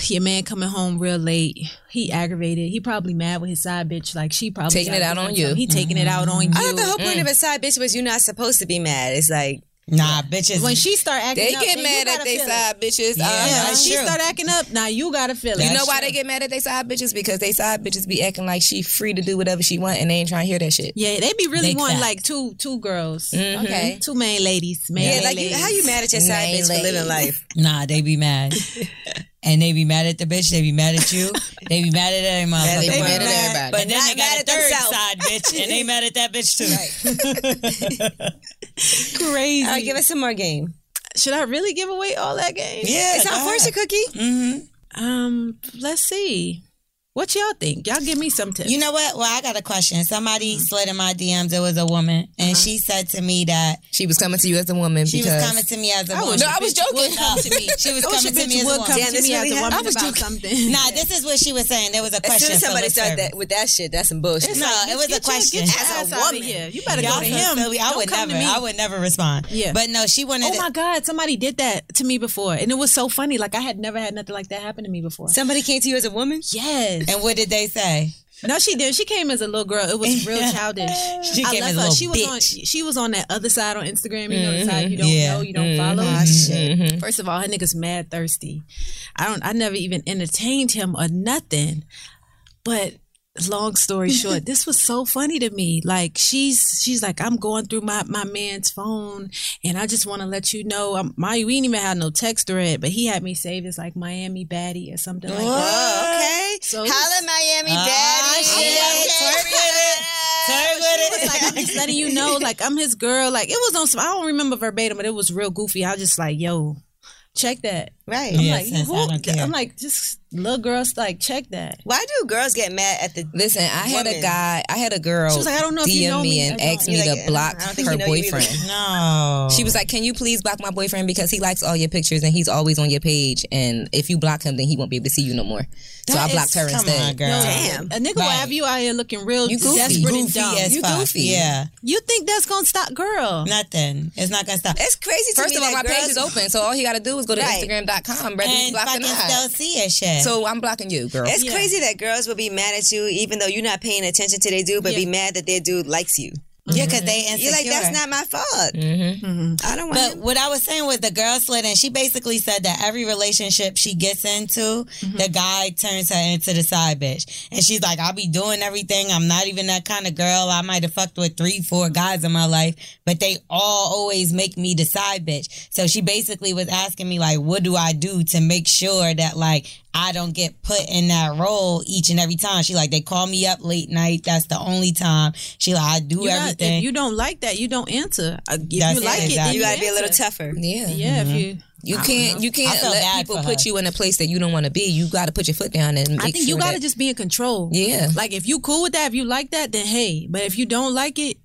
Speaker 8: Your man coming home real late. He aggravated. He probably mad with his side bitch. Like she probably
Speaker 5: Taking
Speaker 8: out
Speaker 5: it out
Speaker 8: doing
Speaker 5: on you.
Speaker 8: something. He taking it out on you.
Speaker 1: I thought the whole point of a side bitch was you're not supposed to be mad. It's like
Speaker 4: Nah, bitches.
Speaker 8: when she start acting
Speaker 5: They
Speaker 8: up,
Speaker 5: get
Speaker 8: then you
Speaker 5: mad
Speaker 8: gotta
Speaker 5: at they
Speaker 8: feel it.
Speaker 5: side bitches.
Speaker 4: Yeah,
Speaker 5: Uh,
Speaker 8: Yeah, when
Speaker 4: That's
Speaker 8: she
Speaker 4: true.
Speaker 8: start acting up, now you gotta feel it.
Speaker 5: you know why they get mad at they side bitches? Because they side bitches be acting like she free to do whatever she want and they ain't trying to hear that shit.
Speaker 8: Yeah, they be really
Speaker 4: Big
Speaker 8: wanting
Speaker 4: facts.
Speaker 8: like two two girls.
Speaker 1: Mm-hmm. Okay.
Speaker 8: Two main ladies. Main
Speaker 1: yeah,
Speaker 8: main
Speaker 1: like you,
Speaker 8: ladies.
Speaker 1: how you mad at your side
Speaker 5: Main
Speaker 1: bitch for living
Speaker 5: ladies.
Speaker 1: life?
Speaker 4: nah, they be mad. and they be mad at the bitch. They be mad at you. They be mad at every motherfucker.
Speaker 5: they be mad at everybody.
Speaker 4: But then
Speaker 1: Not
Speaker 4: they got
Speaker 1: mad
Speaker 4: a
Speaker 1: at
Speaker 4: third
Speaker 1: themselves.
Speaker 4: side bitch, and they mad at that bitch too.
Speaker 8: crazy?
Speaker 1: All right, give us some more game.
Speaker 8: Should I really give away all that game?
Speaker 4: Yeah,
Speaker 1: It's
Speaker 4: go
Speaker 1: not fortune
Speaker 4: ahead.
Speaker 1: Uh, cookie.
Speaker 8: Um, let's see. What y'all think? Y'all give me some tips.
Speaker 4: You know what? Well, I got a question. Somebody slid in my DMs. It was a woman, and she said to me that
Speaker 5: She was coming to you as a woman
Speaker 4: she
Speaker 5: because
Speaker 4: was coming to me as a woman.
Speaker 5: no, I was joking.
Speaker 4: She
Speaker 8: Oh,
Speaker 4: was coming to me as a woman.
Speaker 1: Damn, this really happened?
Speaker 8: I was about
Speaker 4: (laughs)
Speaker 8: something.
Speaker 4: Nah, this is what she was saying. There was a
Speaker 1: As
Speaker 4: question.
Speaker 1: soon as somebody
Speaker 4: so let's
Speaker 1: started
Speaker 4: serve
Speaker 1: that with that shit, that's some bullshit.
Speaker 4: it. No, it was a question.
Speaker 1: ass out of here.
Speaker 8: you better
Speaker 4: Y'all
Speaker 8: go to him.
Speaker 4: so silly. I
Speaker 8: Don't
Speaker 4: would
Speaker 8: come
Speaker 4: never.
Speaker 8: to me.
Speaker 4: I would never respond.
Speaker 8: Yeah.
Speaker 4: But no, she wanted.
Speaker 8: Oh my God! Somebody did that to me before, and it was so funny. Like I had never had nothing like that happen to me before.
Speaker 1: Somebody came to you as a woman.
Speaker 8: yes.
Speaker 4: And what did they say?
Speaker 8: No, she did. She came as a little girl.
Speaker 4: (laughs)
Speaker 8: It was real childish.
Speaker 4: She
Speaker 8: I
Speaker 4: came
Speaker 8: love
Speaker 4: as a
Speaker 8: her.
Speaker 4: little
Speaker 8: She was on.
Speaker 4: bitch. Mm-hmm.
Speaker 8: She was on that other side on Instagram. You know the side you don't
Speaker 4: Yeah. Mm-hmm. Ah,
Speaker 8: know, you don't follow. shit. First of all, her nigga's mad thirsty. I don't. I never even entertained him or nothing. But
Speaker 4: (laughs)
Speaker 8: long story short, this was so funny to me. Like she's she's like I'm going through my my man's phone, and I just want to let you know. I'm, my we ain't even had no text thread, but he had me saved as like Miami baddie or something like that.
Speaker 1: Okay.
Speaker 8: So-
Speaker 1: Holla, Miami
Speaker 4: Ah,
Speaker 1: daddy.
Speaker 4: shit. Twerk with it. Twerk with
Speaker 8: It's
Speaker 4: it.
Speaker 8: like I'm just letting you know, like I'm his girl. Like it was on some. I don't remember verbatim, but it was real goofy. I was just like, yo, check that.
Speaker 1: Right.
Speaker 8: I'm
Speaker 4: Yeah,
Speaker 8: like,
Speaker 4: since I
Speaker 8: who-
Speaker 4: don't care.
Speaker 8: I'm like, just little girls, like check that.
Speaker 1: Why do girls get mad at the?
Speaker 5: Listen, I had
Speaker 1: Woman.
Speaker 5: a guy, I had a girl
Speaker 8: She was like, I don't know if
Speaker 5: DM
Speaker 8: you know me.
Speaker 5: and
Speaker 8: I don't.
Speaker 5: asked me
Speaker 1: You're
Speaker 5: to
Speaker 1: like,
Speaker 5: block
Speaker 1: I don't think
Speaker 5: her
Speaker 1: you know you either. (laughs)
Speaker 5: boyfriend.
Speaker 4: No.
Speaker 5: She was like, "Can you please block my boyfriend because he likes all your pictures and he's always on your page and if you block him then he won't be able to see you no more." so I
Speaker 4: That
Speaker 5: blocked
Speaker 4: is-
Speaker 5: her
Speaker 4: come
Speaker 5: instead.
Speaker 4: on, girl.
Speaker 1: Damn.
Speaker 8: A nigga will
Speaker 4: Right.
Speaker 8: have you out here looking real
Speaker 5: You goofy.
Speaker 8: desperate
Speaker 4: goofy
Speaker 8: and dumb.
Speaker 4: as
Speaker 5: You
Speaker 4: fuck.
Speaker 5: goofy.
Speaker 4: Yeah.
Speaker 8: you think that's gonna stop, girl?
Speaker 4: Nothing. It's not gonna stop.
Speaker 1: It's crazy. To
Speaker 5: First
Speaker 1: me
Speaker 5: of all, my
Speaker 1: that girls,
Speaker 5: page is open, so all you got to do is go to
Speaker 1: Right.
Speaker 5: instagram.com, whether you
Speaker 4: and
Speaker 5: block or
Speaker 4: fucking still
Speaker 5: not.
Speaker 4: see it shit.
Speaker 5: So I'm blocking you, girl.
Speaker 1: It's crazy that girls will be mad at you even though you're not paying attention to their dude, but be mad that their dude likes you.
Speaker 4: yeah, because they insecure. Mm-hmm.
Speaker 1: You're like, that's not my fault. Mm-hmm. I don't want.
Speaker 4: But
Speaker 1: him.
Speaker 4: what I was saying was the girl slid in. She basically said that every relationship she gets into,
Speaker 8: Mm-hmm.
Speaker 4: the guy turns her into the side bitch. And she's like, I'll be doing everything. I'm not even that kind of girl. I might have fucked with three, four guys in my life, but they all always make me the side bitch. So she basically was asking me, like, what do I do to make sure that, like, I don't get put in that role each and every time. She like, they call me up late night. That's the only time. She like, I do
Speaker 8: You got-
Speaker 4: everything.
Speaker 8: if you don't like that, you don't answer. Uh, If
Speaker 4: That's
Speaker 8: you
Speaker 4: it,
Speaker 8: like it, then
Speaker 4: exactly.
Speaker 1: you gotta be a little
Speaker 8: answer.
Speaker 1: tougher.
Speaker 5: Yeah.
Speaker 8: Yeah, if you.
Speaker 5: You can't you
Speaker 4: I
Speaker 5: can't
Speaker 4: felt
Speaker 5: let
Speaker 4: bad for
Speaker 5: people
Speaker 4: her.
Speaker 5: put you in a place that you don't want to be. You got to put your foot down and make
Speaker 8: I think
Speaker 5: sure
Speaker 8: you gotta
Speaker 5: that-
Speaker 8: just be in control.
Speaker 5: Yeah.
Speaker 8: Like if you cool with that, if you like that, then hey. But if you don't like it,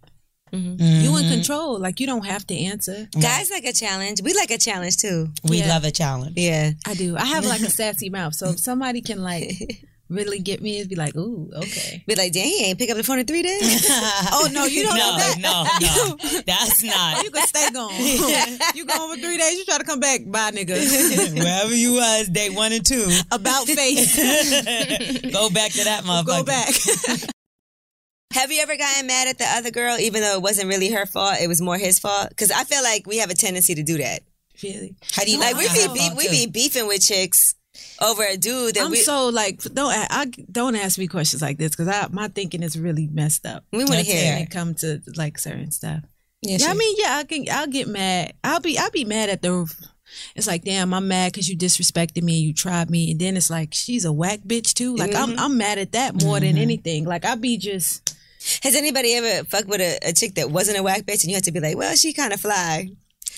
Speaker 8: you in control. Like you don't have to answer.
Speaker 1: Guys like a challenge. We like a challenge too.
Speaker 4: we
Speaker 8: Yeah.
Speaker 4: love a challenge.
Speaker 1: Yeah.
Speaker 8: I do. I have like a sassy mouth, so if somebody can like really get me, it'd be like, ooh, okay.
Speaker 1: Be like, dang, he ain't pick up the phone in three
Speaker 4: (laughs)
Speaker 1: days.
Speaker 4: oh no, you don't no, know that. No,
Speaker 8: (laughs)
Speaker 4: no, that's not.
Speaker 8: You can stay gone. (laughs) you gone for three days. You try to come back, bye, nigga.
Speaker 4: (laughs) Wherever you was, day one and two, (laughs)
Speaker 8: About face,
Speaker 4: go back to that motherfucker.
Speaker 8: go back.
Speaker 1: (laughs) have you ever gotten mad at the other girl, even though it wasn't really her fault? It was more his fault. Because I feel like we have a tendency to do that.
Speaker 8: Really?
Speaker 4: How do you
Speaker 1: Like
Speaker 4: know
Speaker 1: we
Speaker 4: how
Speaker 1: be
Speaker 4: to
Speaker 1: beef,
Speaker 4: fuck,
Speaker 1: we
Speaker 4: too?
Speaker 1: be beefing with chicks over a dude that
Speaker 8: I'm
Speaker 1: we
Speaker 8: so like don't a- I don't ask me questions like this because I my thinking is really messed up.
Speaker 1: we want to
Speaker 4: That's
Speaker 1: hear.
Speaker 8: when it comes to like certain stuff.
Speaker 5: Yeah,
Speaker 8: Yeah, I
Speaker 5: sure.
Speaker 8: mean, yeah, I can. I'll get mad. I'll be. I'll be mad at the. It's like, damn, I'm mad because you disrespected me. You tried me, and then it's like she's a whack bitch too. Like I'm. I'm mad at that more
Speaker 4: Mm-hmm.
Speaker 8: than anything. Like I be just.
Speaker 1: Has anybody ever fucked with a, a chick that wasn't a whack bitch and you had to be like, well, she kind of fly,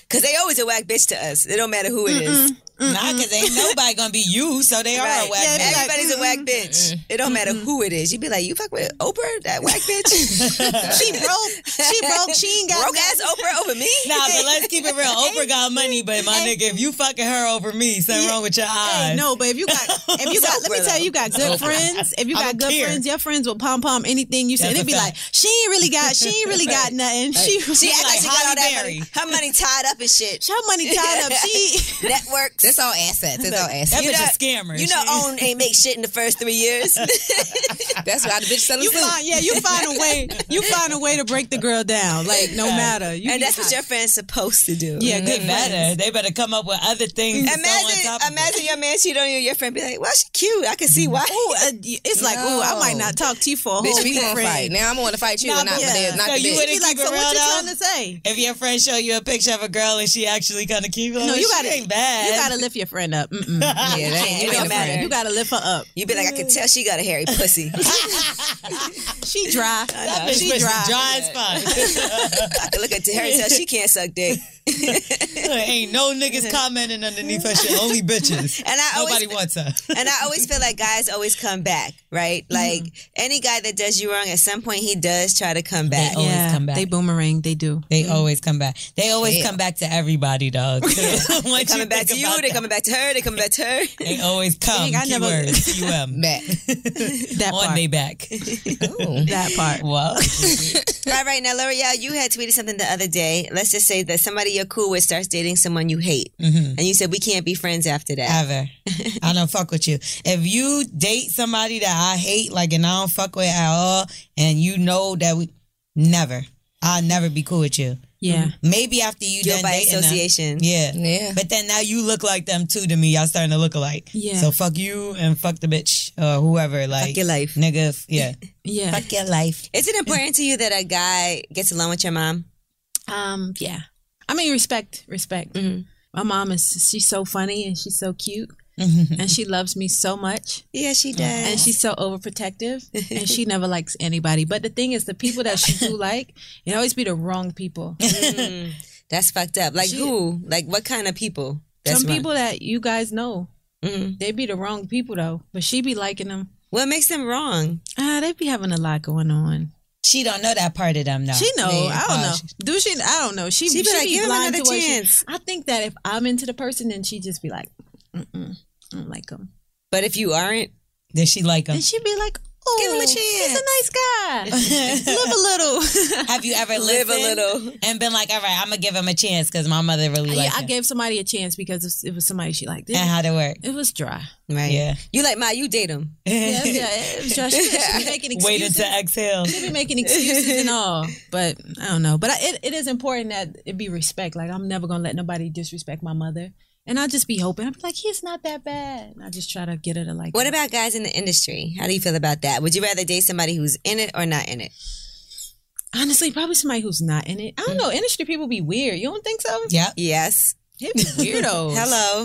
Speaker 1: because they always a whack bitch to us. It don't matter who it is.
Speaker 4: Nah, because
Speaker 8: (laughs)
Speaker 4: ain't nobody gonna be you, so they are
Speaker 1: Right.
Speaker 4: a whack
Speaker 1: Yeah,
Speaker 4: bitch.
Speaker 1: everybody's a whack bitch. It don't matter who it is. You'd be like, you fuck with Oprah, that whack bitch. she broke.
Speaker 8: She broke. She ain't got
Speaker 1: broke ass Oprah over me.
Speaker 4: Nah, but let's keep it real. Oprah got money, but my nigga, if you fucking her over me, something wrong with your eyes.
Speaker 8: No, but if you got, if you got, (laughs) let me
Speaker 1: Oprah,
Speaker 8: tell you, you got good friends. If you
Speaker 4: I
Speaker 8: got
Speaker 4: don't
Speaker 8: good
Speaker 4: care.
Speaker 8: friends, your friends will pom pom anything you say. And
Speaker 4: That's a
Speaker 8: it'd be like, she ain't really got, she ain't really got nothing. She, (laughs)
Speaker 1: She
Speaker 8: she,
Speaker 1: act like,
Speaker 4: like
Speaker 1: she got all
Speaker 4: Halle
Speaker 1: that money.
Speaker 4: Berry.
Speaker 1: Her money tied up and shit.
Speaker 8: her money tied up.
Speaker 4: (laughs)
Speaker 1: (laughs)
Speaker 8: She,
Speaker 1: Networks.
Speaker 5: That's all assets. It's all
Speaker 4: That
Speaker 5: assets.
Speaker 4: bitch
Speaker 1: not-
Speaker 4: a scammer.
Speaker 1: You know, own ain't make shit in the first three years.
Speaker 5: That's why the bitch selling
Speaker 8: you
Speaker 5: soup.
Speaker 8: find, yeah, you find a way, you find a way to break the girl down. Like no matter, you
Speaker 1: and
Speaker 8: be
Speaker 1: that's what
Speaker 8: hot.
Speaker 1: your friend's supposed to do.
Speaker 8: yeah,
Speaker 4: they
Speaker 8: good
Speaker 4: better.
Speaker 8: friends.
Speaker 4: They better come up with other things. to throw on
Speaker 1: Imagine,
Speaker 4: top of
Speaker 1: imagine your man cheat on you. Your friend be like, "Well, she cute. I can see why."
Speaker 8: Ooh, uh, it's like, ooh, I might not talk to you for a whole
Speaker 5: Bitch, we
Speaker 8: week,
Speaker 5: gonna
Speaker 8: friend.
Speaker 5: fight. Now I'm gonna fight you,
Speaker 8: Nah,
Speaker 5: and not,
Speaker 8: but
Speaker 5: the-
Speaker 8: yeah.
Speaker 5: not
Speaker 4: So (laughs)
Speaker 5: the
Speaker 4: you
Speaker 5: bitch.
Speaker 4: wouldn't-
Speaker 8: Be like,
Speaker 4: Keep it
Speaker 8: so
Speaker 4: real,
Speaker 8: what you
Speaker 4: though.
Speaker 8: trying to say?
Speaker 4: it. If your friend show you a picture of a girl and she actually kind of cute,
Speaker 8: No, you
Speaker 4: she
Speaker 8: gotta,
Speaker 4: ain't bad.
Speaker 8: you gotta lift your friend up. (laughs)
Speaker 5: Yeah,
Speaker 8: Mm-mm.
Speaker 5: that ain't, you
Speaker 1: It
Speaker 5: ain't
Speaker 1: don't
Speaker 5: a
Speaker 1: matter.
Speaker 5: friend.
Speaker 8: You gotta lift her up.
Speaker 1: You be like, "I can tell she got a hairy pussy.
Speaker 8: (laughs) She
Speaker 1: (laughs)
Speaker 8: dry.
Speaker 4: That (laughs) bitch
Speaker 8: She
Speaker 4: pussy
Speaker 8: dry.
Speaker 4: dry as fuck.
Speaker 1: I can look at her and tell she can't suck dick."
Speaker 4: (laughs) ain't no
Speaker 1: (laughs)
Speaker 4: niggas commenting underneath her shit. Only bitches.
Speaker 1: And (laughs) I always
Speaker 4: Nobody wants her.
Speaker 1: (laughs) and I always feel like guys always come back, right?
Speaker 8: Mm-hmm.
Speaker 1: Like any guy that does you wrong, at some point he does try to come back.
Speaker 4: always
Speaker 8: yeah,
Speaker 4: come back.
Speaker 8: They boomerang. They do.
Speaker 4: They always come back. They always come back to
Speaker 1: (laughs)
Speaker 4: everybody, though. (laughs) they
Speaker 1: coming back to you, they coming back to her, they coming back to her. (laughs)
Speaker 4: They always come.
Speaker 8: Dang, I never-
Speaker 4: Keyword, C-U-M.
Speaker 5: Back.
Speaker 8: That
Speaker 4: On
Speaker 8: part.
Speaker 4: they back.
Speaker 1: (laughs)
Speaker 8: That part.
Speaker 4: Well,
Speaker 1: All right, now L'Oreal, you had tweeted something the other day. Let's just say that somebody you're cool with starts dating someone you hate,
Speaker 8: Mm-hmm.
Speaker 1: and you said we can't be friends after that.
Speaker 4: ever. I don't fuck with you. If you date somebody that I hate, like, and I don't fuck with at all, and you know that we never, I'll never be cool with you.
Speaker 8: (laughs) Yeah.
Speaker 4: Maybe after you
Speaker 1: Guilt
Speaker 4: done
Speaker 1: by
Speaker 4: dating them.
Speaker 1: association.
Speaker 4: Yeah.
Speaker 5: Yeah.
Speaker 4: But then now you look like them too to me. Y'all starting to look alike.
Speaker 8: Yeah.
Speaker 4: So fuck you and fuck the bitch or whoever. Like
Speaker 1: your life.
Speaker 4: nigga. f- Yeah. (laughs)
Speaker 8: Yeah.
Speaker 4: fuck your life.
Speaker 1: Is it important to you that a guy gets along with your mom?
Speaker 8: Um, yeah. I mean, respect, respect. My mom is she's so funny and she's so cute, and she loves me so much,
Speaker 1: Yeah, she does.
Speaker 8: and she's so overprotective, and she never likes anybody. But the thing is, the people that she (laughs) do like, it always be the wrong people.
Speaker 1: That's fucked up. Like who? Like what kind of people? That's Mm-hmm.
Speaker 8: Some
Speaker 1: wrong?
Speaker 8: people that you guys know, they be the wrong people though. But she be liking them.
Speaker 1: What makes them wrong?
Speaker 8: Ah, they be having a lot going on.
Speaker 4: She don't know that part of them now.
Speaker 8: She know. I don't
Speaker 4: Oh,
Speaker 8: know.
Speaker 4: she-
Speaker 8: Do she? I don't know. She,
Speaker 1: She
Speaker 8: she
Speaker 1: be
Speaker 8: be,
Speaker 1: like, "Give him
Speaker 8: blind
Speaker 1: another
Speaker 8: to what she-
Speaker 1: chance."
Speaker 8: I think that if I'm into the person, then she just be like, Mm-mm, I don't like him.
Speaker 1: But if you aren't,
Speaker 4: Then she like them.
Speaker 8: And she'd be like, oh,
Speaker 1: Give him a
Speaker 8: He's a nice guy. (laughs) Live a
Speaker 1: (laughs)
Speaker 8: little.
Speaker 4: Have you
Speaker 8: (laughs)
Speaker 4: ever
Speaker 1: Live a
Speaker 4: listened
Speaker 1: little.
Speaker 4: and been like, all right, I'm gonna give him a chance because my mother really
Speaker 8: yeah,
Speaker 4: likes
Speaker 8: I
Speaker 4: him.
Speaker 8: gave somebody a chance because it was somebody she liked. It,
Speaker 4: And how to work?
Speaker 8: it was dry.
Speaker 1: Uh-huh. right?
Speaker 4: Yeah.
Speaker 1: You like my, you date him.
Speaker 8: Yeah, yeah, it was dry. She,
Speaker 1: (laughs)
Speaker 8: she be making
Speaker 4: Wait
Speaker 8: excuses.
Speaker 4: until exhale.
Speaker 8: She be making excuses and all. But I don't know. But I, it, it is important that it be respect. Like, I'm never going to let nobody disrespect my mother. And I'll just be hoping. I'll be like, he's not that bad. And I just try to get her to like
Speaker 1: What
Speaker 8: him.
Speaker 1: about guys in the industry? How do you feel about that? Would you rather date somebody who's in it or not in it?
Speaker 8: Honestly, probably somebody who's not in it. I don't know. Industry people be weird. You don't think so?
Speaker 4: Yeah.
Speaker 1: Yes.
Speaker 8: They be weirdos.
Speaker 1: Hello.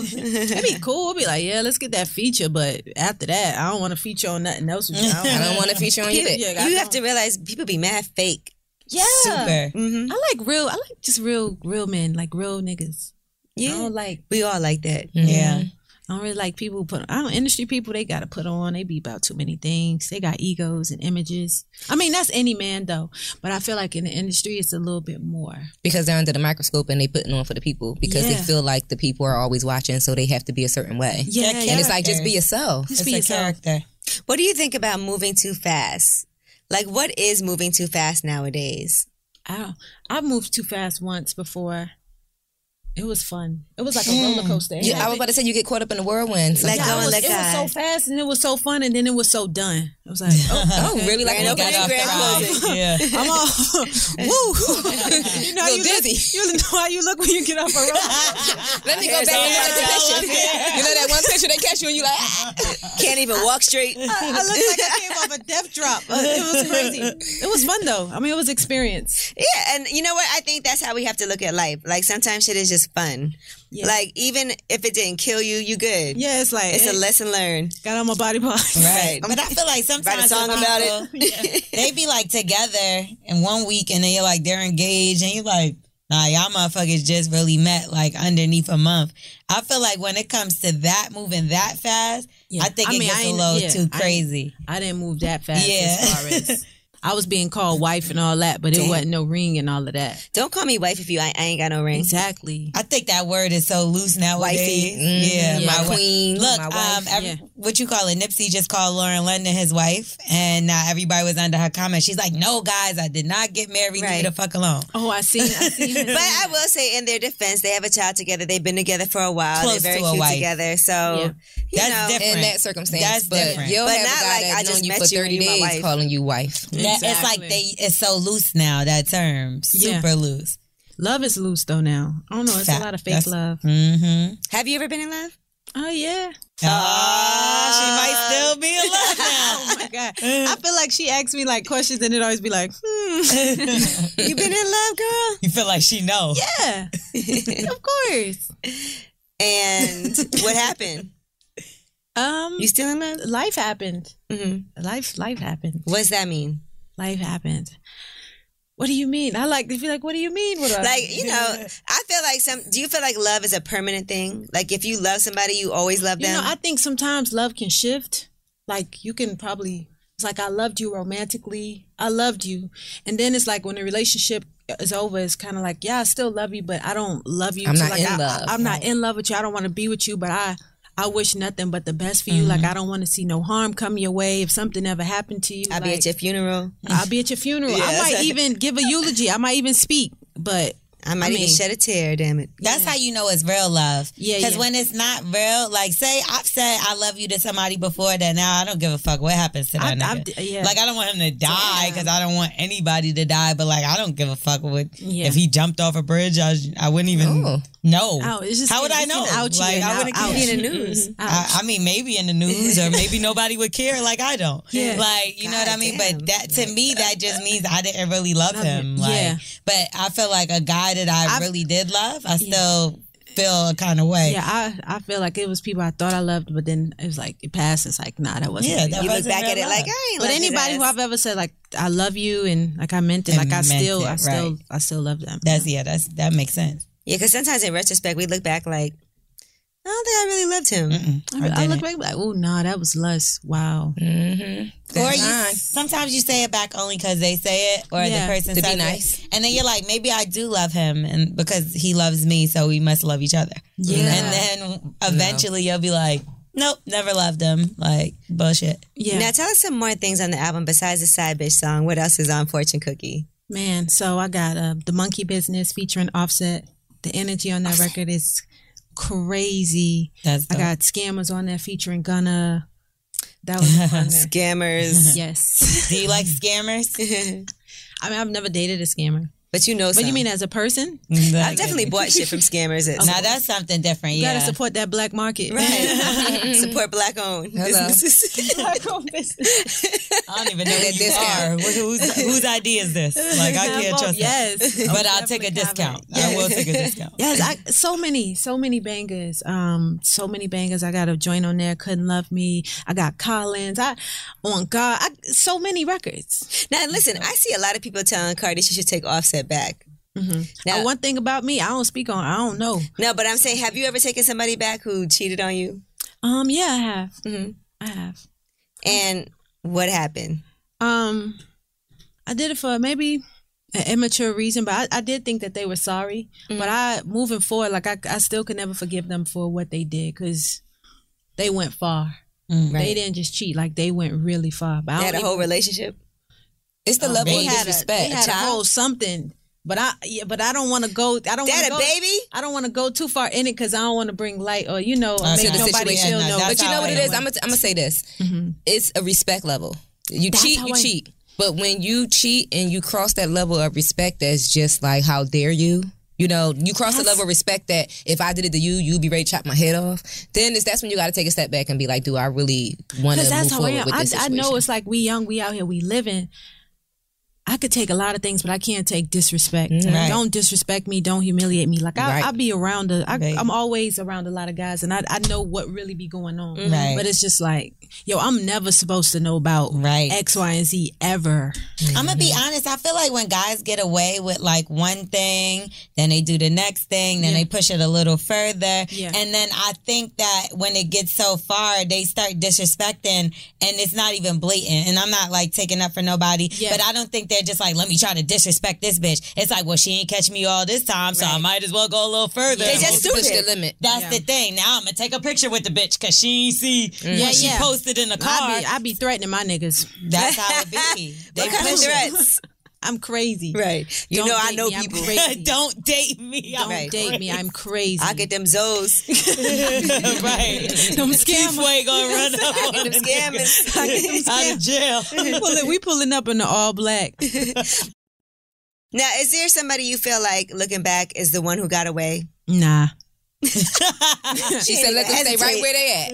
Speaker 1: (laughs)
Speaker 8: That'd be cool. We'll be like, yeah, let's get that feature. But after that, I don't want to feature on nothing else. With you. I
Speaker 5: I
Speaker 8: don't
Speaker 5: don't
Speaker 8: want
Speaker 5: want to feature on you.
Speaker 1: People-
Speaker 5: bitch.
Speaker 8: Yeah, I
Speaker 1: you have to realize people be mad fake.
Speaker 8: yeah.
Speaker 4: Super.
Speaker 8: I like real. I like just real, real men, like real niggas. Yeah. I don't like.
Speaker 1: We all like that.
Speaker 4: Yeah.
Speaker 8: I don't really like people who put. I don't industry people. They got to put on. They be about too many things. They got egos and images. I mean, that's any man though. But I feel like in the industry, it's a little bit more.
Speaker 5: because they're under the microscope and they putting on for the people because they
Speaker 8: Yeah.
Speaker 5: feel like the people are always watching, so they have to be a certain way.
Speaker 8: Yeah,
Speaker 5: and it's like just be
Speaker 4: character.
Speaker 5: yourself.
Speaker 8: Just
Speaker 4: It's
Speaker 8: be
Speaker 4: a
Speaker 8: yourself.
Speaker 4: character.
Speaker 1: What do you think about moving too fast? Like, what is moving too fast nowadays?
Speaker 8: I don't- I moved too fast once before, It was fun. It was like a roller coaster.
Speaker 5: You- I was about to say you get caught up in the whirlwind.
Speaker 1: Let
Speaker 5: sometimes.
Speaker 1: go
Speaker 8: it
Speaker 1: and
Speaker 8: was,
Speaker 1: let
Speaker 8: it was so
Speaker 1: God.
Speaker 8: fast and it was so fun and then it was so done. It was like, oh,
Speaker 5: Oh, really? Like
Speaker 1: Grand
Speaker 5: when we
Speaker 1: opening,
Speaker 5: got
Speaker 1: grand
Speaker 5: off the
Speaker 1: closing.
Speaker 5: ride.
Speaker 4: Yeah.
Speaker 8: I'm all (laughs) woo. you know,
Speaker 5: Little
Speaker 8: how you
Speaker 1: (laughs)
Speaker 8: Look,
Speaker 5: dizzy.
Speaker 8: you know how you look when you get off a roller.
Speaker 5: (laughs) Let me go back and look at the picture. You know that one picture they catch you and you like, ah.
Speaker 1: (laughs) Can't even walk straight.
Speaker 8: I looked like I came off a death drop. It was crazy. It was fun though. I mean, it was experience.
Speaker 1: (laughs) Yeah, and you know what? I think that's how we have to look at life. Like sometimes shit is just fun.
Speaker 8: Yeah.
Speaker 1: Like even if it didn't kill you, you good.
Speaker 8: Yeah, it's like
Speaker 1: It's a lesson learned.
Speaker 8: got on my body parts.
Speaker 1: Right.
Speaker 4: But I feel
Speaker 1: Write
Speaker 4: like
Speaker 1: a
Speaker 4: sometimes
Speaker 1: song
Speaker 4: with
Speaker 1: about (laughs)
Speaker 4: people,
Speaker 1: it.
Speaker 4: they be like together in one week and then you're like they're engaged and you're like, nah, y'all motherfuckers just really met like underneath a month. I feel like when it comes to that moving that fast,
Speaker 8: Yeah.
Speaker 4: I think
Speaker 8: I
Speaker 4: it
Speaker 8: mean, I
Speaker 4: gets a
Speaker 8: ain't-
Speaker 4: little
Speaker 8: yeah, I
Speaker 4: too
Speaker 8: ain't-
Speaker 4: crazy.
Speaker 8: I didn't move that fast.
Speaker 4: Yeah.
Speaker 8: As
Speaker 1: (laughs)
Speaker 8: far as I was being called wife and all that, but it wasn't no ring and all of that.
Speaker 1: Don't call me wife if you I, I ain't got no ring.
Speaker 8: Exactly.
Speaker 4: I think that word is so loose nowadays. Mm-hmm.
Speaker 1: Wifey.
Speaker 4: Yeah,
Speaker 8: Yeah.
Speaker 4: my wi- (laughs)
Speaker 5: queen,
Speaker 4: Look,
Speaker 5: my wife,
Speaker 4: um, every,
Speaker 8: yeah.
Speaker 4: what you call it? Nipsey just called Lauren London his wife, and now everybody was under her comment. She's like, "No, guys, I did not get married.
Speaker 1: Right.
Speaker 4: Leave me the fuck alone."
Speaker 8: Oh, I see. I
Speaker 1: (laughs)
Speaker 8: see.
Speaker 1: But I will say, in their defense, they have a child together. They've been together for a while.
Speaker 4: Close
Speaker 1: They're very
Speaker 4: to a
Speaker 1: cute
Speaker 4: wife.
Speaker 1: together. So you
Speaker 4: That's
Speaker 1: know,
Speaker 4: different.
Speaker 5: in that circumstance.
Speaker 4: That's
Speaker 5: but
Speaker 4: different.
Speaker 5: You'll
Speaker 1: But
Speaker 5: have
Speaker 1: not
Speaker 5: a guy
Speaker 1: like,
Speaker 5: that's
Speaker 1: I just
Speaker 5: known you
Speaker 1: met
Speaker 5: for
Speaker 1: you and
Speaker 5: 30
Speaker 1: you my
Speaker 5: days
Speaker 1: wife.
Speaker 5: calling you wife.
Speaker 4: That it's like
Speaker 8: Exactly.
Speaker 4: they it's so loose now that term
Speaker 8: Yeah.
Speaker 4: super loose.
Speaker 8: love is loose though now. I don't know. It's
Speaker 4: Fact.
Speaker 8: a lot of fake
Speaker 4: That's-
Speaker 8: love.
Speaker 4: Mm-hmm.
Speaker 1: have you ever been in love?
Speaker 8: Oh yeah.
Speaker 4: Oh, she might
Speaker 1: Ah,
Speaker 4: still be
Speaker 8: (laughs)
Speaker 4: alive now.
Speaker 8: Oh my
Speaker 1: (laughs)
Speaker 8: god. I feel like she asks me like questions and it always be like, hmm.
Speaker 1: (laughs) you been in love, girl?
Speaker 4: you feel like she know?
Speaker 8: yeah. of course.
Speaker 1: And
Speaker 4: (laughs)
Speaker 1: what happened?
Speaker 8: Um
Speaker 1: You still in love?
Speaker 8: life happened.
Speaker 1: hmm
Speaker 8: Life life happened.
Speaker 1: What does that mean?
Speaker 8: Life happened. What do you mean? I like to be like, what do you mean?
Speaker 4: Oh,
Speaker 8: What do I
Speaker 1: Like you know, I feel like some. Do you feel like love is a permanent thing? Like if you love somebody, you always love
Speaker 8: You
Speaker 1: them.
Speaker 8: know, I think sometimes love can shift. Like you can probably it's like I loved you romantically. I loved you. And then it's like when the relationship is over, it's kinda like, Yeah, I still love you, but I don't love you.
Speaker 5: I'm
Speaker 8: to-
Speaker 5: not
Speaker 8: like,
Speaker 5: in
Speaker 8: I,
Speaker 5: love,
Speaker 8: I, am not in love with you. I don't wanna be with you, but I I wish nothing but the best for you.
Speaker 1: Mm-hmm.
Speaker 8: Like I don't want to see no harm come your way. If something ever happened to you,
Speaker 1: I'll be
Speaker 8: like,
Speaker 1: at your funeral.
Speaker 8: I'll be at your
Speaker 1: (laughs)
Speaker 8: funeral. I might even give a eulogy. I might even speak. But
Speaker 1: I might even
Speaker 8: mean-
Speaker 1: shed a tear. Damn it.
Speaker 4: That's how you know it's real love.
Speaker 8: Yeah,
Speaker 4: Because
Speaker 8: yeah.
Speaker 4: when it's not real, like say I've said I love you to somebody before that now I don't give a fuck what happens to that
Speaker 8: I- I've
Speaker 4: nigga.
Speaker 8: d- yeah.
Speaker 4: Like I don't want him to die because I don't want anybody to die. But like I don't give a fuck what
Speaker 8: Yeah.
Speaker 4: if he jumped off a bridge. I, I wouldn't even
Speaker 5: Oh.
Speaker 4: know.
Speaker 8: oh, it's just
Speaker 4: how would
Speaker 8: it's
Speaker 4: I
Speaker 8: an
Speaker 4: know?
Speaker 8: ouchie
Speaker 4: like
Speaker 8: and
Speaker 4: I
Speaker 8: out-
Speaker 4: wouldn't
Speaker 8: ouch.
Speaker 4: care.
Speaker 1: In the news.
Speaker 4: (laughs) I, I mean, maybe in the news, or maybe nobody would care like I don't.
Speaker 8: (laughs) Yeah.
Speaker 4: Like, you know what I mean? But that to me, that just means I didn't really love him.
Speaker 8: him.
Speaker 4: Like,
Speaker 8: Yeah.
Speaker 4: but I feel like a guy that I
Speaker 8: I've-
Speaker 4: really did love, I still feel a kind of way.
Speaker 8: Yeah, I, I feel like it was people I thought I loved, but then it was like it passed. It's like, nah, that wasn't.
Speaker 4: Yeah,
Speaker 8: me.
Speaker 4: that
Speaker 1: You look
Speaker 4: wasn't
Speaker 1: back
Speaker 4: real
Speaker 1: at it
Speaker 4: love.
Speaker 1: like I ain't.
Speaker 8: but
Speaker 1: love his
Speaker 8: anybody who
Speaker 1: ass.
Speaker 8: I've ever said like I love you and like I meant it,
Speaker 4: And
Speaker 8: like I
Speaker 4: meant
Speaker 8: still,
Speaker 4: it,
Speaker 8: I still, I still love them.
Speaker 4: That's yeah. That's that makes sense.
Speaker 1: Yeah, because sometimes in retrospect, we look back like, I don't think I really loved him.
Speaker 8: I, I look back and be like, oh nah, that was lust. Wow.
Speaker 4: Mm. Or you, sometimes you say it back only because they say it, or
Speaker 8: Yeah.
Speaker 4: the person
Speaker 5: To be
Speaker 4: says it.
Speaker 5: nice.
Speaker 4: and then you're like, maybe I do love him, and because he loves me, so we must love each other.
Speaker 8: Yeah.
Speaker 4: And then eventually you'll be like, nope, never loved him. Like bullshit.
Speaker 8: Yeah.
Speaker 1: Now tell us some more things on the album besides the side bitch song. What else is on Fortune Cookie?
Speaker 8: Man, so I got uh, the Monkey Business featuring Offset. The energy on that record is crazy.
Speaker 4: That's
Speaker 8: I
Speaker 4: dope.
Speaker 8: got Scammers on there featuring Gunna. That was
Speaker 4: (laughs)
Speaker 8: a fun.
Speaker 5: (laughs)
Speaker 8: record.
Speaker 1: Scammers.
Speaker 8: yes.
Speaker 4: Do you like scammers?
Speaker 8: I mean, I've never dated a scammer.
Speaker 1: but you know
Speaker 8: But
Speaker 1: some.
Speaker 5: (laughs)
Speaker 8: you mean as a person?
Speaker 1: I definitely bought shit from scammers. It's
Speaker 4: Now that's something different.
Speaker 8: You
Speaker 4: yeah.
Speaker 8: gotta support that black market.
Speaker 1: right. (laughs) Support black owned
Speaker 5: (laughs)
Speaker 1: businesses.
Speaker 4: I don't even know who you
Speaker 5: discount.
Speaker 4: are. Wh- Whose, whose idea is this? Like I can't trust. Yes.
Speaker 8: yes.
Speaker 4: But I'll take a discount. I will take a discount.
Speaker 8: Yes, I, so many, so many bangers. Um, so many bangers. I got a joint on there. Couldn't love me. I got Collins. I, on God, I, so many records.
Speaker 1: now listen, I see a lot of people telling Cardi she should take Offset back.
Speaker 8: Now, one thing about me, I don't speak on. I don't know.
Speaker 1: No, but I'm saying, have you ever taken somebody back who cheated on you?
Speaker 8: Um, yeah, I have. I have.
Speaker 1: And what happened?
Speaker 8: Um, I did it for maybe an immature reason, but I, I did think that they were sorry.
Speaker 1: Mm.
Speaker 8: But I, moving forward, like I, I still could never forgive them for what they did because they went far. They didn't just cheat; like they went really far. But I
Speaker 1: Mm, They
Speaker 8: don't
Speaker 1: had a
Speaker 8: even-
Speaker 1: whole relationship. Oh,
Speaker 5: It's the level
Speaker 4: they
Speaker 5: of
Speaker 8: had a-
Speaker 5: disrespect.
Speaker 8: they had a whole something. But I, yeah, but I don't want to go. I don't
Speaker 1: That
Speaker 8: want
Speaker 1: a
Speaker 8: to go.
Speaker 1: baby?
Speaker 8: I don't want to go too far in it because I don't want to bring light or you know
Speaker 4: That's
Speaker 8: make
Speaker 4: how-
Speaker 8: nobody
Speaker 4: situation.
Speaker 8: feel
Speaker 4: No,
Speaker 8: no.
Speaker 4: that's
Speaker 8: But
Speaker 5: But you
Speaker 4: how
Speaker 5: know what
Speaker 4: I
Speaker 5: it is?
Speaker 4: am.
Speaker 5: I'm gonna, I'm gonna say this.
Speaker 1: Mm-hmm.
Speaker 5: It's a respect level. You cheat,
Speaker 8: how
Speaker 5: you
Speaker 8: I-
Speaker 5: cheat. But when you cheat and you cross that level of respect, that's just like, how dare you? You know, you cross the level of respect that if I did it to you, you'd be ready to chop my head off. Then it's, that's when you got to take a step back and be like, do I really want to move
Speaker 8: because that's how I
Speaker 5: forward
Speaker 8: am.
Speaker 5: with
Speaker 8: I,
Speaker 5: this
Speaker 8: I
Speaker 5: situation?
Speaker 8: know it's like we young, we out here, we living. I could take a lot of things, but I can't take disrespect.
Speaker 4: Mm-hmm. Right.
Speaker 8: Don't disrespect me. Don't humiliate me. Like I,
Speaker 5: Right.
Speaker 8: I be around. A, I,
Speaker 4: Right.
Speaker 8: I'm always around a lot of guys, and I, I know what really be going on.
Speaker 4: Mm-hmm. Right.
Speaker 8: But it's just like, yo, I'm never supposed to know about
Speaker 4: Right.
Speaker 8: X, Y, and Z ever.
Speaker 4: I'm gonna be
Speaker 8: Mm-hmm.
Speaker 4: honest. I feel like when guys get away with like one thing, then they do the next thing, then they push it a little further,
Speaker 8: Yeah.
Speaker 4: and then I think that when it gets so far, they start disrespecting, and it's not even blatant. And I'm not like taking up for nobody,
Speaker 8: Yeah.
Speaker 4: but I don't think they're just like, let me try to disrespect this bitch. It's like, well, she ain't catch me all this time, so I might as well go a little further.
Speaker 5: They
Speaker 4: and
Speaker 5: just
Speaker 4: we'll
Speaker 5: push the limit.
Speaker 4: That's the thing. Now I'm gonna take a picture with the bitch because she ain't see
Speaker 8: Mm. Yeah,
Speaker 4: what she
Speaker 8: yeah.
Speaker 4: posted in the car.
Speaker 8: I be, I be threatening my niggas.
Speaker 4: That's how it be.
Speaker 1: (laughs)
Speaker 4: They
Speaker 1: What kind of
Speaker 4: push it. (laughs)
Speaker 1: threats?
Speaker 8: I'm crazy.
Speaker 1: Right. You
Speaker 8: Don't
Speaker 1: know, I
Speaker 8: date
Speaker 1: know
Speaker 8: me, I'm
Speaker 1: people. (laughs)
Speaker 8: crazy.
Speaker 4: don't date me.
Speaker 8: Don't date me. I'm crazy.
Speaker 1: I get them (laughs) Zos.
Speaker 4: right.
Speaker 8: them scammers.
Speaker 4: Way gonna run up
Speaker 1: (laughs)
Speaker 4: on
Speaker 1: Them
Speaker 4: a
Speaker 1: scammers. (laughs)
Speaker 4: nigga out of jail.
Speaker 8: We pulling, we pulling up in the all black.
Speaker 1: now, is there somebody you feel like looking back is the one who got away?
Speaker 8: (laughs) Nah,
Speaker 5: She said, let them stay right
Speaker 1: hesitate.
Speaker 5: where they at,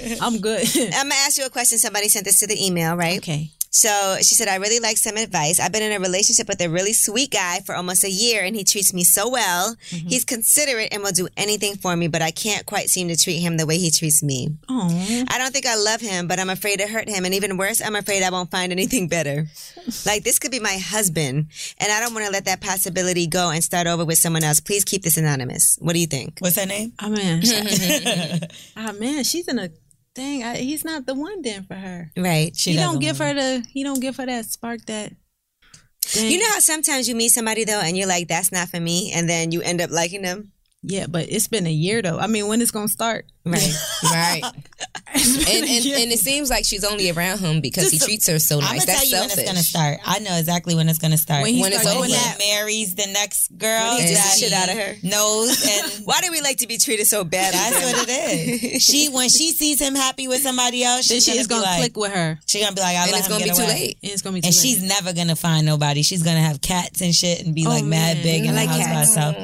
Speaker 5: okay?
Speaker 8: (laughs) I'm
Speaker 1: (laughs)
Speaker 8: good.
Speaker 1: I'm gonna ask you a question. Somebody sent this to the email, right?
Speaker 8: okay.
Speaker 1: So she said, I really like some advice. I've been in a relationship with a really sweet guy for almost a year and he treats me so well.
Speaker 8: Mm-hmm.
Speaker 1: He's considerate and will do anything for me, but I can't quite seem to treat him the way he treats me.
Speaker 8: Oh,
Speaker 1: I don't think I love him, but I'm afraid to hurt him. And even worse, I'm afraid I won't find anything
Speaker 8: (laughs)
Speaker 1: better. like, this could be my husband. And I don't want to let that possibility go and start over with someone else. Please keep this anonymous. What do you think?
Speaker 4: What's her name?
Speaker 8: oh man. oh man, she's in a thing. I, he's not the one then for her.
Speaker 1: Right.
Speaker 8: he don't give her the. He don't give her that spark. That.
Speaker 1: You know how sometimes you meet somebody, though, and you're like, that's not for me. And then you end up liking them?
Speaker 8: Yeah, but it's been a year though. I mean, when it's gonna start?
Speaker 1: (laughs) Right.
Speaker 5: right. And, and, and it seems like she's only around him because he treats her so
Speaker 4: I'm gonna
Speaker 5: nice. That's
Speaker 4: tell you
Speaker 5: selfish.
Speaker 4: when it's gonna start. I know exactly when it's gonna start.
Speaker 8: When he
Speaker 5: When it's
Speaker 8: starts
Speaker 5: over.
Speaker 4: when
Speaker 8: doing
Speaker 4: he
Speaker 8: that.
Speaker 4: marries the next girl,
Speaker 1: he just
Speaker 4: that
Speaker 1: shit
Speaker 4: he
Speaker 1: out of her.
Speaker 4: Knows
Speaker 5: (laughs)
Speaker 4: and
Speaker 1: Why do we like to be treated so badly?
Speaker 4: that's what it is. She when she sees him happy with somebody else,
Speaker 8: Then
Speaker 4: she's
Speaker 8: she
Speaker 4: gonna,
Speaker 8: is gonna
Speaker 4: be like,
Speaker 8: click with her,
Speaker 4: She gonna be like, I
Speaker 5: and
Speaker 4: let
Speaker 5: it's
Speaker 4: him
Speaker 5: going to be
Speaker 4: get
Speaker 5: too
Speaker 4: away.
Speaker 5: late.
Speaker 8: and it's gonna be. Too
Speaker 4: And
Speaker 8: late.
Speaker 4: she's never gonna find nobody. She's gonna have cats and shit and be like mad
Speaker 8: Oh, man.
Speaker 4: big
Speaker 8: I
Speaker 4: and
Speaker 8: like
Speaker 4: like house by
Speaker 8: cats.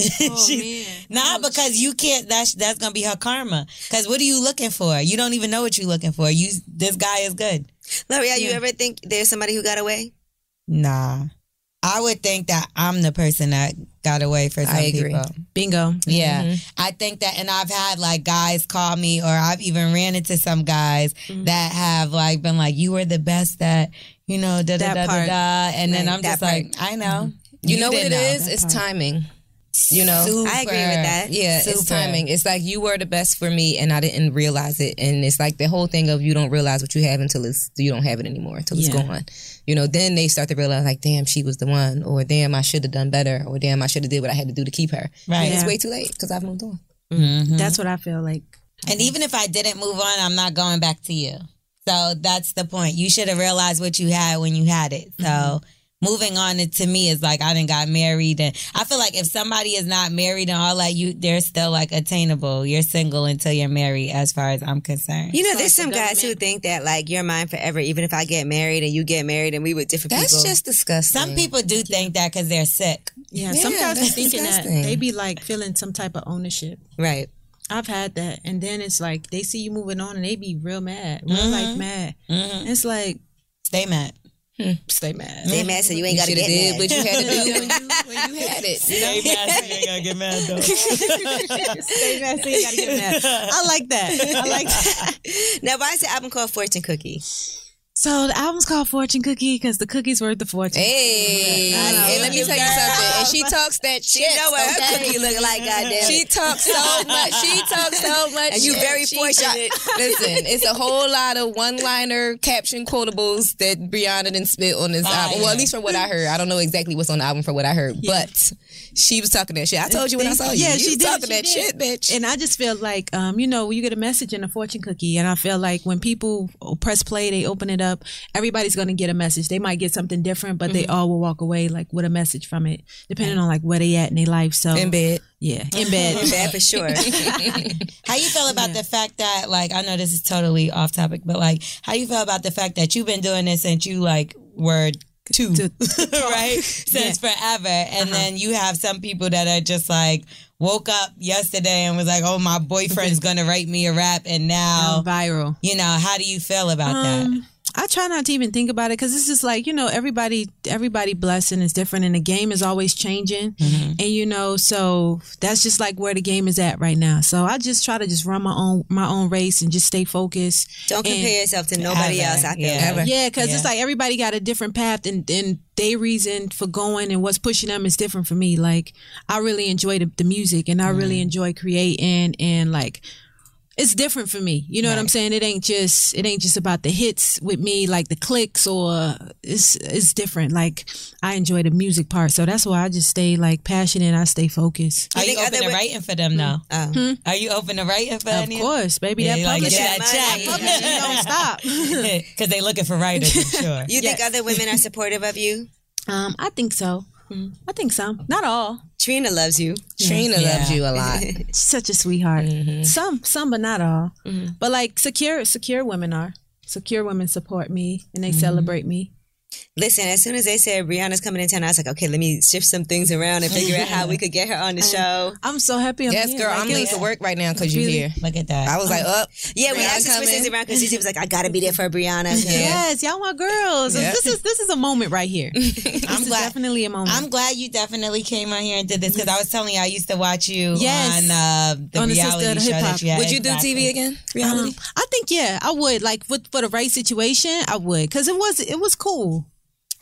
Speaker 4: herself. She-
Speaker 8: man.
Speaker 4: Nah, because you can't. That's that's gonna be her karma. Because what are you looking for? You don't even know what you're looking for. You this guy is good.
Speaker 1: L'Oreal, you ever think there's somebody who got away?
Speaker 4: Nah, I would think that I'm the person that got away for some
Speaker 5: I agree. Mm-hmm.
Speaker 4: people.
Speaker 8: bingo.
Speaker 4: Yeah, I think that, and I've had like guys call me, or I've even ran into some guys
Speaker 5: Mm-hmm.
Speaker 4: that have like been like, "You were the best at, you know, da da
Speaker 8: That
Speaker 4: da da
Speaker 8: part.
Speaker 4: da," and then
Speaker 1: Right,
Speaker 4: I'm
Speaker 1: that
Speaker 4: just like, "I know."
Speaker 5: You, know what
Speaker 4: didn't
Speaker 5: it is? It's timing. You know,
Speaker 1: I agree with that.
Speaker 5: Yeah, it's
Speaker 4: Super.
Speaker 5: timing. It's like you were the best for me, and I didn't realize it. And it's like the whole thing of you don't realize what you have until it's you don't have it anymore until it's
Speaker 8: Yeah.
Speaker 5: gone. You know, then they start to realize like, damn, she was the one, or damn, I should have done better, or damn, I should have did what I had to do to keep her.
Speaker 4: Right.
Speaker 5: And it's
Speaker 8: Yeah.
Speaker 5: way too late because I've moved on.
Speaker 8: That's what I feel like.
Speaker 4: And even if I didn't move on, I'm not going back to you. So that's the point. You should have realized what you had when you had it. So
Speaker 1: Mm-hmm.
Speaker 4: moving on it to me is like I didn't got married and I feel like if somebody is not married and all that you they're still like attainable. You're single until you're married as far as I'm concerned.
Speaker 1: You know, there's some guys who think that like you're mine forever, even if I get married and you get married and we were different
Speaker 5: That's
Speaker 1: people.
Speaker 5: just disgusting.
Speaker 4: Some people do think that cuz they're sick.
Speaker 8: Yeah,
Speaker 5: Yeah,
Speaker 8: sometimes
Speaker 5: that's
Speaker 8: I'm thinking
Speaker 5: disgusting.
Speaker 8: that they be like feeling some type of ownership.
Speaker 1: right.
Speaker 8: I've had that, and then it's like they see you moving on, and they be real mad, real like mad. It's like Hmm.
Speaker 4: Stay mad.
Speaker 8: stay mad.
Speaker 1: They mad, so you ain't
Speaker 5: you
Speaker 1: got to
Speaker 5: should
Speaker 1: get
Speaker 5: have did
Speaker 1: mad.
Speaker 5: what you had to do (laughs) when you, when you had it. You know?
Speaker 4: gotta get mad though.
Speaker 1: (laughs)
Speaker 8: Stay mad, so you gotta get mad. I like that. I like that.
Speaker 5: (laughs)
Speaker 1: now, why is the album called Fortune Cookie?
Speaker 8: So the album's called Fortune Cookie because the cookie's worth the fortune.
Speaker 5: Hey, and let me tell you something. And (laughs) she talks that shit.
Speaker 1: You know what her cookie look like, goddamn.
Speaker 5: She
Speaker 1: it.
Speaker 5: talks (laughs) so much. She talks so much.
Speaker 1: And you
Speaker 5: shit.
Speaker 1: very
Speaker 5: She
Speaker 1: fortunate.
Speaker 5: talk- Listen, it's a whole lot of one-liner caption quotables that Brianna didn't spit on this album. Well, at least from what I heard. I don't know exactly what's on the album from what I heard, but she was talking that shit. I told you when I saw you.
Speaker 8: Yeah,
Speaker 5: you
Speaker 8: she
Speaker 5: was
Speaker 8: did.
Speaker 5: talking
Speaker 8: She
Speaker 5: that
Speaker 8: did.
Speaker 5: shit, bitch.
Speaker 8: And I just feel like, um, you know, you get a message in a fortune cookie, and I feel like when people press
Speaker 5: Mm-hmm.
Speaker 8: play, they open it up. Everybody's gonna get a message. They might get something different, but they all will walk away like with a message from it, depending on like where they at in their life. So
Speaker 5: in bed.
Speaker 8: yeah, in bed, in
Speaker 1: Bad for
Speaker 5: (laughs)
Speaker 1: sure.
Speaker 4: How you feel about the fact that, like, I know this is totally off topic, but like, how you feel about the fact that you've been doing this since you like were two,
Speaker 8: To-
Speaker 4: (laughs)
Speaker 5: (laughs)
Speaker 4: right? Since forever, and
Speaker 1: Uh-huh.
Speaker 4: then you have some people that are just like woke up yesterday and was like, "Oh,
Speaker 1: (laughs)
Speaker 4: my boyfriend's gonna write me a rap," and now
Speaker 8: Um,
Speaker 1: Uh-huh.
Speaker 8: viral.
Speaker 4: you know. How do you feel about that?
Speaker 8: Um, I try not to even think about it because it's just like you know everybody everybody blessing is different and the game is always changing
Speaker 4: Mm-hmm.
Speaker 8: and you know so that's just like where the game is at right now. So I just try to just run my own my own race and just stay focused.
Speaker 1: Don't
Speaker 8: and-
Speaker 1: compare yourself to nobody
Speaker 4: Ever,
Speaker 1: else. I feel
Speaker 4: yeah.
Speaker 1: like.
Speaker 5: Ever.
Speaker 4: (laughs)
Speaker 8: Yeah, because it's
Speaker 4: Yeah.
Speaker 8: like everybody got a different path and, and their reason for going and what's pushing them is different for me. Like, I really enjoy the, the music and I
Speaker 4: Mm.
Speaker 8: really enjoy creating and like, it's different for me. You know what I'm saying? It ain't just it ain't just about the hits with me, like the clicks or it's it's different. Like I enjoy the music part, so that's why I just stay like passionate. and I stay focused.
Speaker 4: Are you
Speaker 1: think
Speaker 4: open
Speaker 1: other Hmm. Oh.
Speaker 4: to
Speaker 1: wa-
Speaker 4: writing for them though? Are you open to writing for
Speaker 8: Of
Speaker 4: any?
Speaker 8: course, baby,
Speaker 4: Yeah,
Speaker 8: that
Speaker 4: you like,
Speaker 8: publishing,
Speaker 4: get that check.
Speaker 8: that
Speaker 4: (laughs)
Speaker 8: publishing don't stop.
Speaker 4: Because they looking for writers, I'm sure.
Speaker 1: You think other women are supportive of you?
Speaker 8: (laughs) um, I think so. I think so. Not all.
Speaker 1: Trina loves you.
Speaker 5: Trina loves you a lot.
Speaker 8: She's such a sweetheart. Some, some, but not all. But like secure, secure women are. Secure women support me and they celebrate me.
Speaker 1: Listen, as soon as they said Rihanna's coming in town, I was like, okay, let me shift some things around and figure out how we could get her
Speaker 8: (laughs)
Speaker 1: on the
Speaker 8: Uh,
Speaker 1: show.
Speaker 8: I'm so happy. I'm
Speaker 5: Yes,
Speaker 8: here.
Speaker 5: girl.
Speaker 8: Like,
Speaker 5: I'm
Speaker 8: it's-
Speaker 5: late for work right now because you're here.
Speaker 4: Look at that.
Speaker 5: I was like, up.
Speaker 1: Yeah, we
Speaker 5: Rihanna
Speaker 1: asked to switch
Speaker 5: coming.
Speaker 1: things around because Gigi was like, I gotta be there for
Speaker 8: (laughs)
Speaker 1: Brianna.
Speaker 8: Yes, y'all my girls.
Speaker 5: Yeah.
Speaker 8: This is this is a moment
Speaker 4: (laughs)
Speaker 8: right here. this is
Speaker 4: glad-
Speaker 8: definitely a moment.
Speaker 4: I'm glad you definitely came on here and did this because I was telling you I used to watch you
Speaker 8: Yes.
Speaker 4: on uh, the
Speaker 8: On the
Speaker 4: reality
Speaker 8: Sisterhood of
Speaker 4: show
Speaker 8: Hip-Hop.
Speaker 4: that you had.
Speaker 5: Would you do
Speaker 4: Exactly.
Speaker 5: TV again?
Speaker 8: Um, I think yeah, I would like with for the right situation, I would because it was it was cool.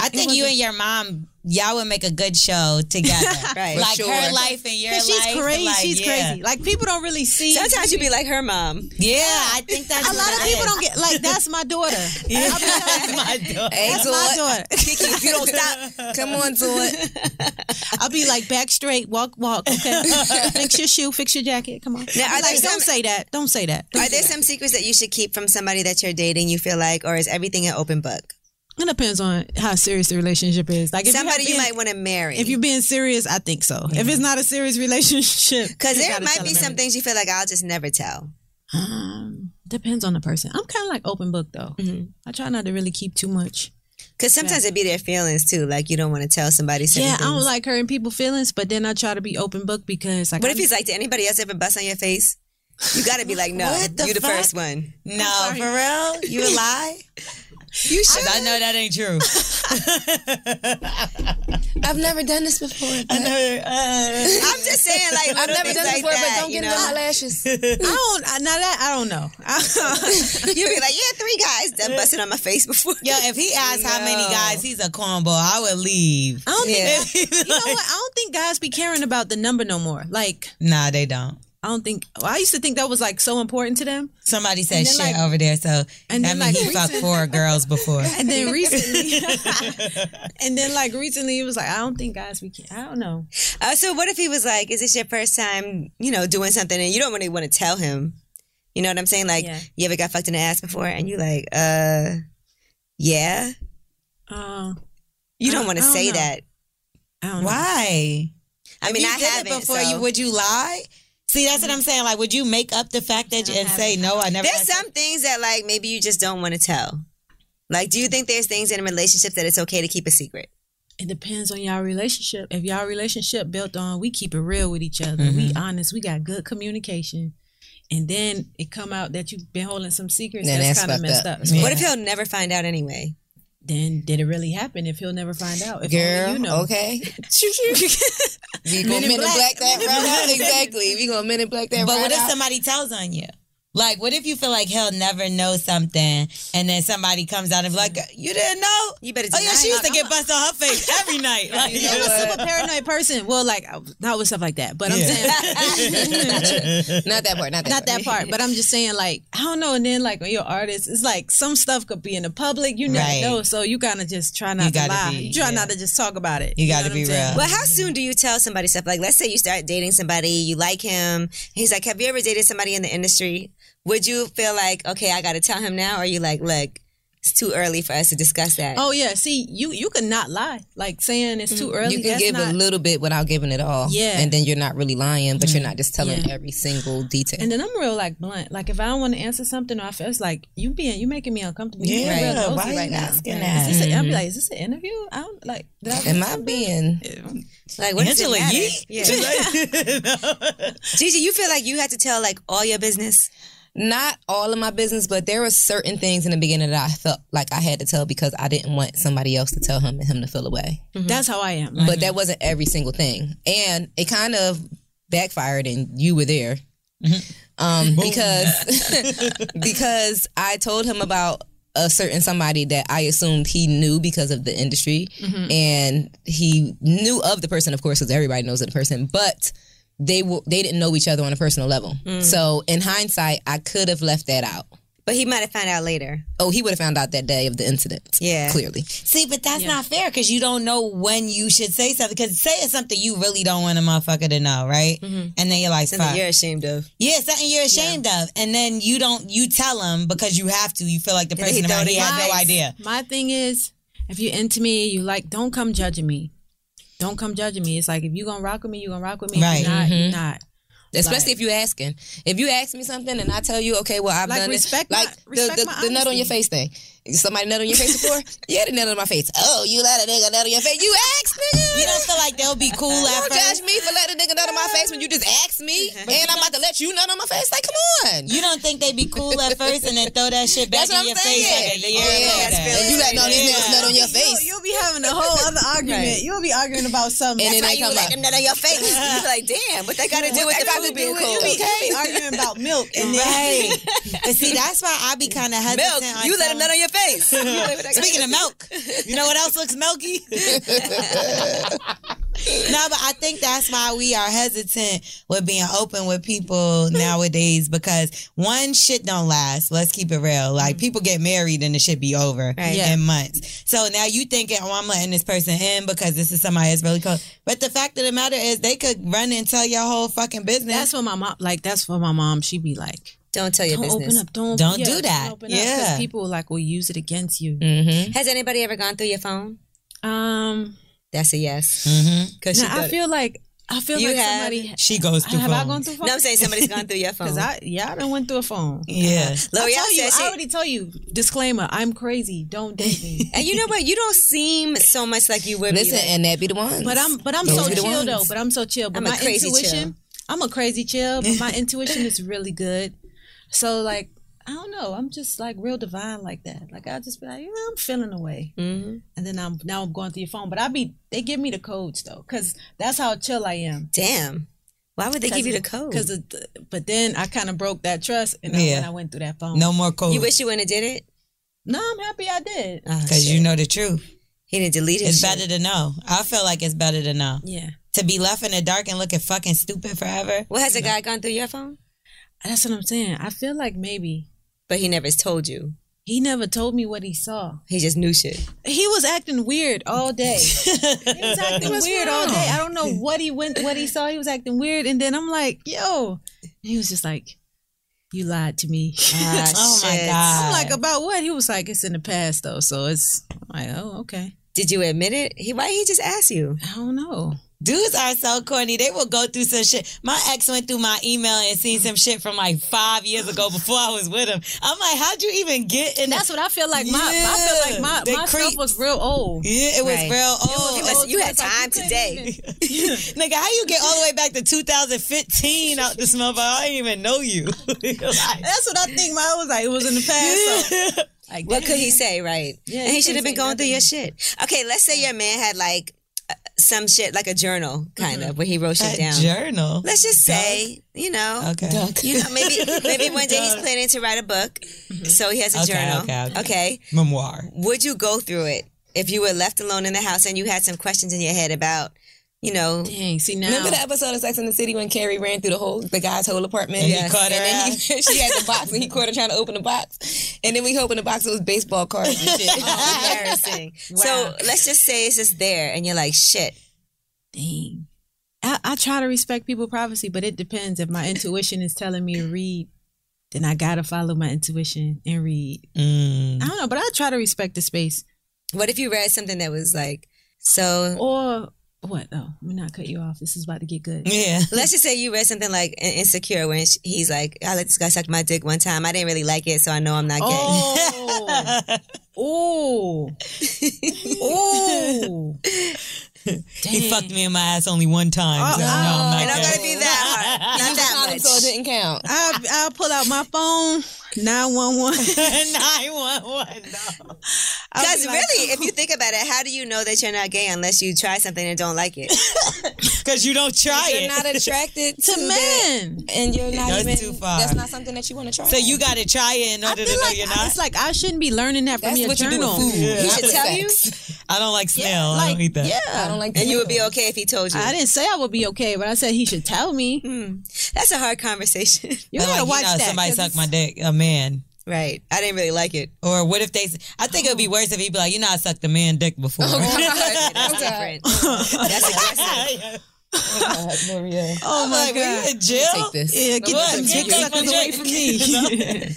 Speaker 4: I think you and your mom, y'all would make a good show together.
Speaker 1: Right.
Speaker 4: Like
Speaker 5: For
Speaker 4: her
Speaker 5: sure.
Speaker 4: life and your
Speaker 8: 'Cause she's
Speaker 4: life.
Speaker 8: crazy.
Speaker 4: like,
Speaker 8: she's
Speaker 4: yeah.
Speaker 8: crazy. Like people don't really see.
Speaker 1: Sometimes you be like her mom.
Speaker 4: Yeah, I think that's
Speaker 8: a lot of people don't get like that's my daughter.
Speaker 4: (laughs)
Speaker 8: I'll be (laughs) honest.
Speaker 5: Hey,
Speaker 8: That's my
Speaker 5: Toy.
Speaker 8: daughter.
Speaker 1: If you don't
Speaker 8: (laughs)
Speaker 1: stop,
Speaker 5: Come on, Toy.
Speaker 8: I'll be like back straight, walk, walk. (laughs) Okay, fix your shoe, fix your jacket. Come on.
Speaker 1: Now,
Speaker 8: Now,
Speaker 1: are
Speaker 8: like,
Speaker 1: there some-
Speaker 8: don't say that. Don't say that.
Speaker 1: are there some secrets that you should keep from somebody that you're dating, you feel like, or is everything an open book?
Speaker 8: It depends on how serious the relationship is. Like if
Speaker 1: Somebody
Speaker 8: you,
Speaker 1: you,
Speaker 8: have
Speaker 1: might
Speaker 8: been-
Speaker 1: want to marry.
Speaker 8: If you're being serious, I think so. If it's not a serious (laughs) relationship,
Speaker 1: because
Speaker 8: you
Speaker 1: there
Speaker 8: gotta
Speaker 1: might
Speaker 8: tell
Speaker 1: be
Speaker 8: them
Speaker 1: some things you feel like I'll just never tell.
Speaker 8: everything. Um, depends on the person. I'm kind of like open book though. I try not to really keep too much.
Speaker 1: Because sometimes it be their feelings too. Like you don't want to tell somebody certain
Speaker 8: yeah, I
Speaker 1: things.
Speaker 8: don't like hurting people feelings, but then I try to be open book because like
Speaker 1: what
Speaker 8: I-
Speaker 1: if he's like, did anybody else ever bust on your face? You gotta be like, no,
Speaker 4: What the
Speaker 1: you the
Speaker 4: fuck?
Speaker 1: first one.
Speaker 4: No, for real?
Speaker 1: (laughs)
Speaker 4: You a lie?
Speaker 1: You
Speaker 4: Because
Speaker 1: should.
Speaker 4: I know that ain't true.
Speaker 5: I've never done this before.
Speaker 4: I know. uh,
Speaker 1: I'm just saying, like,
Speaker 5: I've
Speaker 1: little
Speaker 5: never
Speaker 1: things
Speaker 5: done this
Speaker 1: like
Speaker 5: before,
Speaker 1: that,
Speaker 5: but don't
Speaker 1: you
Speaker 5: get it
Speaker 1: know?
Speaker 5: on my lashes.
Speaker 8: I don't I, now that I don't know.
Speaker 1: You be like, yeah, three guys done busted on my face before.
Speaker 4: yo, if he asks how many
Speaker 5: No.
Speaker 4: guys he's a cornball, I would leave. (laughs)
Speaker 8: I don't
Speaker 5: Yeah.
Speaker 8: (laughs) think you know what? I don't think guys be caring about the number no more. Like
Speaker 4: Nah, they don't.
Speaker 8: I don't think I used to think that was like so important to them.
Speaker 4: Somebody said
Speaker 8: then,
Speaker 4: shit
Speaker 8: like-
Speaker 4: over there, so
Speaker 8: and
Speaker 4: that
Speaker 8: then,
Speaker 4: means
Speaker 8: like,
Speaker 4: he fucked four
Speaker 1: (laughs)
Speaker 4: girls before.
Speaker 8: And then recently, and then like recently, it was like I don't think guys we can. I don't know.
Speaker 1: Uh, so what if he was like, is this your first time, you know, doing something and you don't really want to tell him? You know what I'm saying? Like,
Speaker 8: Yeah.
Speaker 1: you ever got fucked in the ass before and you like, uh, yeah.
Speaker 8: Uh,
Speaker 1: You don't
Speaker 8: I don't-
Speaker 1: want to
Speaker 8: I don't
Speaker 1: say
Speaker 8: know.
Speaker 1: that.
Speaker 8: I don't know.
Speaker 4: Why?
Speaker 1: I mean,
Speaker 4: you
Speaker 1: I
Speaker 4: did
Speaker 1: haven't.
Speaker 4: it before.
Speaker 1: so-
Speaker 4: You would you lie? See, that's what I'm saying. Like, would you make up the fact that you, and say no? I never.
Speaker 1: There's some things that like maybe you just don't want to tell. Like, do you think there's things in a relationship that it's okay to keep a secret?
Speaker 8: It depends on y'all relationship. If y'all relationship built on we keep it real with each other, we honest, we got good communication, and then it come out that you've been holding some secrets.
Speaker 5: Then that's
Speaker 8: that's kind of
Speaker 5: fucked
Speaker 8: messed
Speaker 5: up.
Speaker 8: up.
Speaker 5: Yeah.
Speaker 1: What if he'll never find out anyway?
Speaker 8: Then did it really happen? If he'll never find out, if
Speaker 5: Girl,
Speaker 8: only you know.
Speaker 5: (laughs) okay. we gonna men in black, that right out. Exactly. We gonna men in black that
Speaker 4: but
Speaker 5: right
Speaker 4: what if
Speaker 5: out.
Speaker 4: somebody tells on you? Like, what if you feel like he'll never know something, and then somebody comes out and be like, "You didn't know?
Speaker 1: You better
Speaker 4: Oh yeah,
Speaker 1: deny
Speaker 4: she used (laughs)
Speaker 1: it.
Speaker 4: to get busted on her face every night. Like,
Speaker 5: You know
Speaker 8: I'm a
Speaker 5: what?
Speaker 8: super paranoid person. Well, like I- not with stuff like that, but I'm
Speaker 4: Yeah.
Speaker 8: saying
Speaker 5: Not that part. Not that part.
Speaker 8: not that part, but I'm just saying, like, I don't know. And then, like, when you're artists, it's like some stuff could be in the public, you never
Speaker 4: Right.
Speaker 8: know. So you gotta just try not
Speaker 4: You
Speaker 8: to
Speaker 4: gotta
Speaker 8: lie.
Speaker 4: be-
Speaker 8: you try
Speaker 4: yeah.
Speaker 8: not to just talk about it.
Speaker 4: You gotta
Speaker 8: know what
Speaker 4: be
Speaker 8: I'm saying?
Speaker 4: real.
Speaker 1: Well, how soon do you tell somebody stuff? Like, let's say you start dating somebody, you like him. He's like, Have you ever dated somebody in the industry? Would you feel like, okay, I got to tell him now? Or are you like, Look, it's too early for us to discuss that.
Speaker 8: Oh yeah, see you you could not lie. Like saying it's
Speaker 4: Mm,
Speaker 8: too early.
Speaker 5: You can
Speaker 8: that's
Speaker 5: give
Speaker 8: not,
Speaker 5: a little bit without giving it all.
Speaker 8: Yeah.
Speaker 5: And then you're not really lying, but you're not just telling every single detail.
Speaker 8: And then I'm real like blunt. Like if I don't want to answer something, or I feel it's like you being you making me uncomfortable. You
Speaker 4: Yeah,
Speaker 8: being real nosy
Speaker 4: why you
Speaker 8: right now.
Speaker 4: asking
Speaker 8: Like,
Speaker 4: that?
Speaker 8: Is this a, I'll be like, is this an interview? I don't like. Did I miss
Speaker 5: Am I
Speaker 8: something?
Speaker 5: being
Speaker 1: like what does it
Speaker 4: Angela
Speaker 1: matter?
Speaker 4: Yee?
Speaker 1: Yeah. (laughs)
Speaker 8: (laughs)
Speaker 1: Gigi, you feel like you had to tell like all your business.
Speaker 5: not all of my business, but there were certain things in the beginning that I felt like I had to tell because I didn't want somebody else to tell him and him to feel away.
Speaker 8: Mm-hmm. That's how I am. Like,
Speaker 5: But that wasn't every single thing. And it kind of backfired and you were there. Um, because (laughs) because I told him about a certain somebody that I assumed he knew because of the industry, and he knew of the person, of course, because everybody knows of the person. But they w- they didn't know each other on a personal level. So in hindsight, I could have left that out.
Speaker 1: But he might have found out later.
Speaker 5: Oh, he would have found out that day of the incident.
Speaker 1: Yeah.
Speaker 5: clearly.
Speaker 4: See, but that's not fair because you don't know when you should say something. Because say it's something you really don't want a motherfucker to know, right? And then you're like,
Speaker 1: Something
Speaker 4: fuck.
Speaker 1: you're ashamed of.
Speaker 4: yeah, something you're ashamed of, and then you don't you tell him because you have to. You feel like the
Speaker 1: then he
Speaker 4: person around
Speaker 1: thought
Speaker 4: he
Speaker 1: he
Speaker 4: had no
Speaker 1: lies.
Speaker 4: idea.
Speaker 8: my thing is, if you're into me, you like don't come judging me. Don't come judging me. It's like if you gonna rock with me, you gonna rock with me.
Speaker 4: Right.
Speaker 8: If you're not, you're not.
Speaker 5: Especially if you asking. If you ask me something and I tell you, okay, well I've
Speaker 8: Like,
Speaker 5: done this,
Speaker 8: respect my-
Speaker 5: like
Speaker 8: respect
Speaker 5: the,
Speaker 8: my
Speaker 5: the, the nut on
Speaker 8: honesty.
Speaker 5: your face thing. Somebody nut on your face before? yeah, the nut on my face. Oh, you let a nigga nut on your face. You asked,
Speaker 4: You
Speaker 5: nigga.
Speaker 4: don't feel like they'll be cool at
Speaker 5: Don't
Speaker 4: first.
Speaker 5: judge me for letting a nigga nut on my face when you just asked me, and I'm about to let you nut on my face. Like, come on.
Speaker 4: You don't think they be cool at first, and then throw that shit back
Speaker 5: That's what
Speaker 4: in
Speaker 5: I'm
Speaker 4: your
Speaker 5: saying. Oh,
Speaker 4: face. Like a year
Speaker 5: Yeah,
Speaker 4: later.
Speaker 5: that's And you letting all these niggas nut on your face.
Speaker 8: You'll be having a whole other argument. You'll be arguing about something.
Speaker 5: And then they
Speaker 1: you
Speaker 5: come
Speaker 1: let
Speaker 5: up.
Speaker 1: them nut on your
Speaker 5: (laughs)
Speaker 1: face. You're like, damn, what they got to do with
Speaker 5: What
Speaker 1: the
Speaker 5: they got to
Speaker 1: food
Speaker 5: do
Speaker 1: being
Speaker 5: with-
Speaker 1: cold?
Speaker 5: you be- Okay.
Speaker 8: arguing about milk
Speaker 4: (laughs)
Speaker 8: and
Speaker 4: Right. but see, that's why I be kind of hesitant.
Speaker 1: Milk,
Speaker 4: on
Speaker 1: you let them
Speaker 4: telling-
Speaker 1: nut on your face.
Speaker 4: Speaking of milk, you know what else looks milky? no, but I think that's why we are hesitant with being open with people nowadays because one shit don't last. Let's keep it real.
Speaker 1: Mm-hmm.
Speaker 4: Like people get married and the shit be over
Speaker 8: Yeah.
Speaker 4: in months. So now you thinking, oh, I'm letting this person in because this is somebody that's really close. But the fact of the matter is, they could run and tell your whole fucking business.
Speaker 8: That's what my mom like. That's what my mom. She be like,
Speaker 1: Don't tell your
Speaker 8: don't
Speaker 1: business.
Speaker 8: open up. Don't
Speaker 4: Don't do that.
Speaker 8: open up, 'cause
Speaker 4: Yeah.
Speaker 8: people like will use it against you.
Speaker 1: Has anybody ever gone through your phone?
Speaker 8: Um,
Speaker 1: That's a yes. Because
Speaker 8: Mm-hmm. now, I feel like I feel
Speaker 1: You
Speaker 8: like
Speaker 1: have-
Speaker 8: somebody.
Speaker 4: she goes through.
Speaker 8: Have I
Speaker 4: phones.
Speaker 8: gone through phone?
Speaker 1: No, I'm saying somebody's gone through your phone.
Speaker 8: (laughs) Cause I yeah, I done went through a phone.
Speaker 4: Yeah.
Speaker 8: I
Speaker 1: L'Oreal
Speaker 8: told you.
Speaker 1: says
Speaker 8: I
Speaker 1: she-
Speaker 8: already told you. Disclaimer: I'm crazy. Don't date me.
Speaker 1: and you know what? You don't seem so much like you would
Speaker 5: Listen,
Speaker 1: be.
Speaker 5: and that be the one.
Speaker 8: But I'm but I'm
Speaker 5: Those
Speaker 8: so
Speaker 5: be the
Speaker 8: chill
Speaker 5: ones.
Speaker 8: though. But I'm so chill. But
Speaker 1: I'm a
Speaker 8: my
Speaker 1: crazy
Speaker 8: intuition. I'm a crazy chill, but my intuition is really good. So like. I don't know. I'm just like real divine like that. Like I'll just be like, yeah, I'm feeling away, mm-hmm. and then I'm now I'm going through your phone. But I be they give me the codes though, cause that's how chill I am.
Speaker 1: Damn. Why would they give you the code?
Speaker 8: Cause, of the- but then I kind of broke that trust, and then
Speaker 4: Yeah.
Speaker 8: when I went through that phone,
Speaker 4: No more cold
Speaker 1: you
Speaker 5: Oh.
Speaker 1: wish you wouldn't have did it?
Speaker 8: no, I'm happy I did.
Speaker 4: because Uh, you know the truth.
Speaker 1: He didn't delete it.
Speaker 4: It's better to know. I feel like it's better to know.
Speaker 8: yeah.
Speaker 4: To be left in the dark and looking fucking stupid forever.
Speaker 1: Well, has a guy gone through your phone?
Speaker 8: That's what I'm saying. I feel like maybe
Speaker 1: But he never told you.
Speaker 8: he never told me what he saw.
Speaker 1: He just knew shit.
Speaker 8: He was acting weird all day. he was acting weird all day. I don't know what he went, what he saw. He was acting weird, and then I'm like, yo. And he was just like, you lied to me.
Speaker 4: (laughs)
Speaker 8: (laughs)
Speaker 4: Oh my
Speaker 1: shit.
Speaker 4: god!
Speaker 8: I'm like, about what? He was like, it's in the past though, so it's I'm like, oh, okay.
Speaker 1: Did you admit it? He why he just asked you?
Speaker 8: I don't know.
Speaker 4: dudes are so corny. They will go through some shit. My ex went through my email and seen some shit from like five years ago before I was with him. I'm like, how'd you even get in?
Speaker 8: That's
Speaker 4: the-
Speaker 8: what I feel like. My I
Speaker 4: Yeah,
Speaker 8: feel like my,
Speaker 4: they
Speaker 8: my stuff
Speaker 4: creep.
Speaker 8: was real old.
Speaker 4: Yeah, it was
Speaker 1: Right.
Speaker 4: real
Speaker 1: Oh,
Speaker 4: old.
Speaker 1: you, must, you had
Speaker 8: like, you
Speaker 1: time
Speaker 8: couldn't
Speaker 1: today. (laughs)
Speaker 4: (laughs) Nigga, how you get all the way back to 2015 out this motherfucker? I didn't even know you. (laughs)
Speaker 8: That's what I think. Mine was like it was in the past. So,
Speaker 4: (laughs)
Speaker 8: like,
Speaker 1: What
Speaker 8: damn.
Speaker 1: could he say, right?
Speaker 8: Yeah,
Speaker 1: and
Speaker 8: he
Speaker 1: he should have been
Speaker 8: couldn't say
Speaker 1: going through your shit. Okay, let's say your man had like uh, some shit, like a journal, kind
Speaker 4: Mm-hmm.
Speaker 1: of, where he wrote shit down.
Speaker 4: journal.
Speaker 1: let's just say, you know,
Speaker 4: Okay.
Speaker 1: you know, maybe maybe one day he's planning to write a book, so he has a
Speaker 4: Mm-hmm. Okay,
Speaker 1: journal.
Speaker 4: okay, okay.
Speaker 1: okay,
Speaker 4: Memoir.
Speaker 1: would you go through it if you were left alone in the house and you had some questions in your head about, you
Speaker 4: (laughs)
Speaker 1: know,
Speaker 8: Dang, see now.
Speaker 5: Remember the episode of Sex in the City when Carrie ran through the whole the guy's whole apartment?
Speaker 4: And he caught her
Speaker 5: And then he, (laughs) she had the box and he caught her trying to open the box. And then we opened the box, it was baseball cards
Speaker 1: (laughs)
Speaker 5: and shit.
Speaker 1: embarrassing? So let's just say it's just there, and you're like, shit.
Speaker 8: Dang. I, I try to respect people's privacy, but it depends if my intuition is telling me to read then I gotta follow my intuition and read.
Speaker 5: Mm.
Speaker 8: I don't know, but I try to respect the space.
Speaker 1: What if you read something that was like, so
Speaker 8: Or what? though? let me not cut you off. This is about to get good.
Speaker 4: Yeah.
Speaker 1: let's just say you read something like In- Insecure when sh he's like, I let this guy suck my dick one time. I didn't really like it, so I know I'm not gay. (laughs)
Speaker 8: Oh, oh, oh! Mm.
Speaker 4: He fucked me in my ass only one time. so no, I'm not
Speaker 1: And I'm
Speaker 4: gay.
Speaker 1: gonna be that hard. Not that
Speaker 5: Condom,
Speaker 1: much.
Speaker 5: so it didn't count.
Speaker 8: I I'll pull out my phone. Nine one
Speaker 5: (laughs)
Speaker 8: one.
Speaker 4: (laughs) 911. No.
Speaker 1: Because really, if you
Speaker 8: "Oh."
Speaker 1: think about it, how do you know that you're not gay unless you try something and don't
Speaker 8: (laughs)
Speaker 1: like it?
Speaker 4: Because you don't try
Speaker 5: You're
Speaker 4: it.
Speaker 5: not attracted (laughs) to, that,
Speaker 8: men.
Speaker 5: and you're not
Speaker 4: That's
Speaker 5: even.
Speaker 4: too far.
Speaker 5: That's not something that you want to try.
Speaker 4: so you got to try it in
Speaker 8: I
Speaker 4: order to
Speaker 8: feel
Speaker 4: know
Speaker 8: like
Speaker 4: you're not.
Speaker 8: it's like I shouldn't be learning that from
Speaker 5: That's
Speaker 8: your
Speaker 5: what
Speaker 8: journal.
Speaker 5: you do with food.
Speaker 4: Yeah.
Speaker 5: You
Speaker 4: He
Speaker 5: should tell you.
Speaker 4: I don't like snail. I
Speaker 8: like,
Speaker 4: don't eat that.
Speaker 8: Yeah,
Speaker 5: I don't like.
Speaker 1: And you would be
Speaker 5: tomato.
Speaker 1: okay if he told you.
Speaker 8: I didn't say I would be okay, but I said he should tell me.
Speaker 5: Mm.
Speaker 1: That's a hard conversation.
Speaker 8: (laughs) You
Speaker 4: But,
Speaker 8: gotta
Speaker 4: like,
Speaker 8: watch
Speaker 4: you know,
Speaker 8: that.
Speaker 4: Somebody
Speaker 8: 'cause
Speaker 4: sucked my dick. A man.
Speaker 1: (laughs) right. I didn't really like it.
Speaker 4: Or what if they? I think it
Speaker 8: Oh.
Speaker 4: would be worse if he'd be like, "You know, I sucked a man dick before." (laughs)
Speaker 1: That's different.
Speaker 8: (laughs)
Speaker 1: That's aggressive.
Speaker 4: oh my like, god! You in jail?
Speaker 5: Take this.
Speaker 8: Yeah, get
Speaker 4: What?
Speaker 8: them
Speaker 4: Get
Speaker 8: dick
Speaker 4: that
Speaker 8: suckers
Speaker 4: dick.
Speaker 8: away
Speaker 4: (laughs)
Speaker 8: from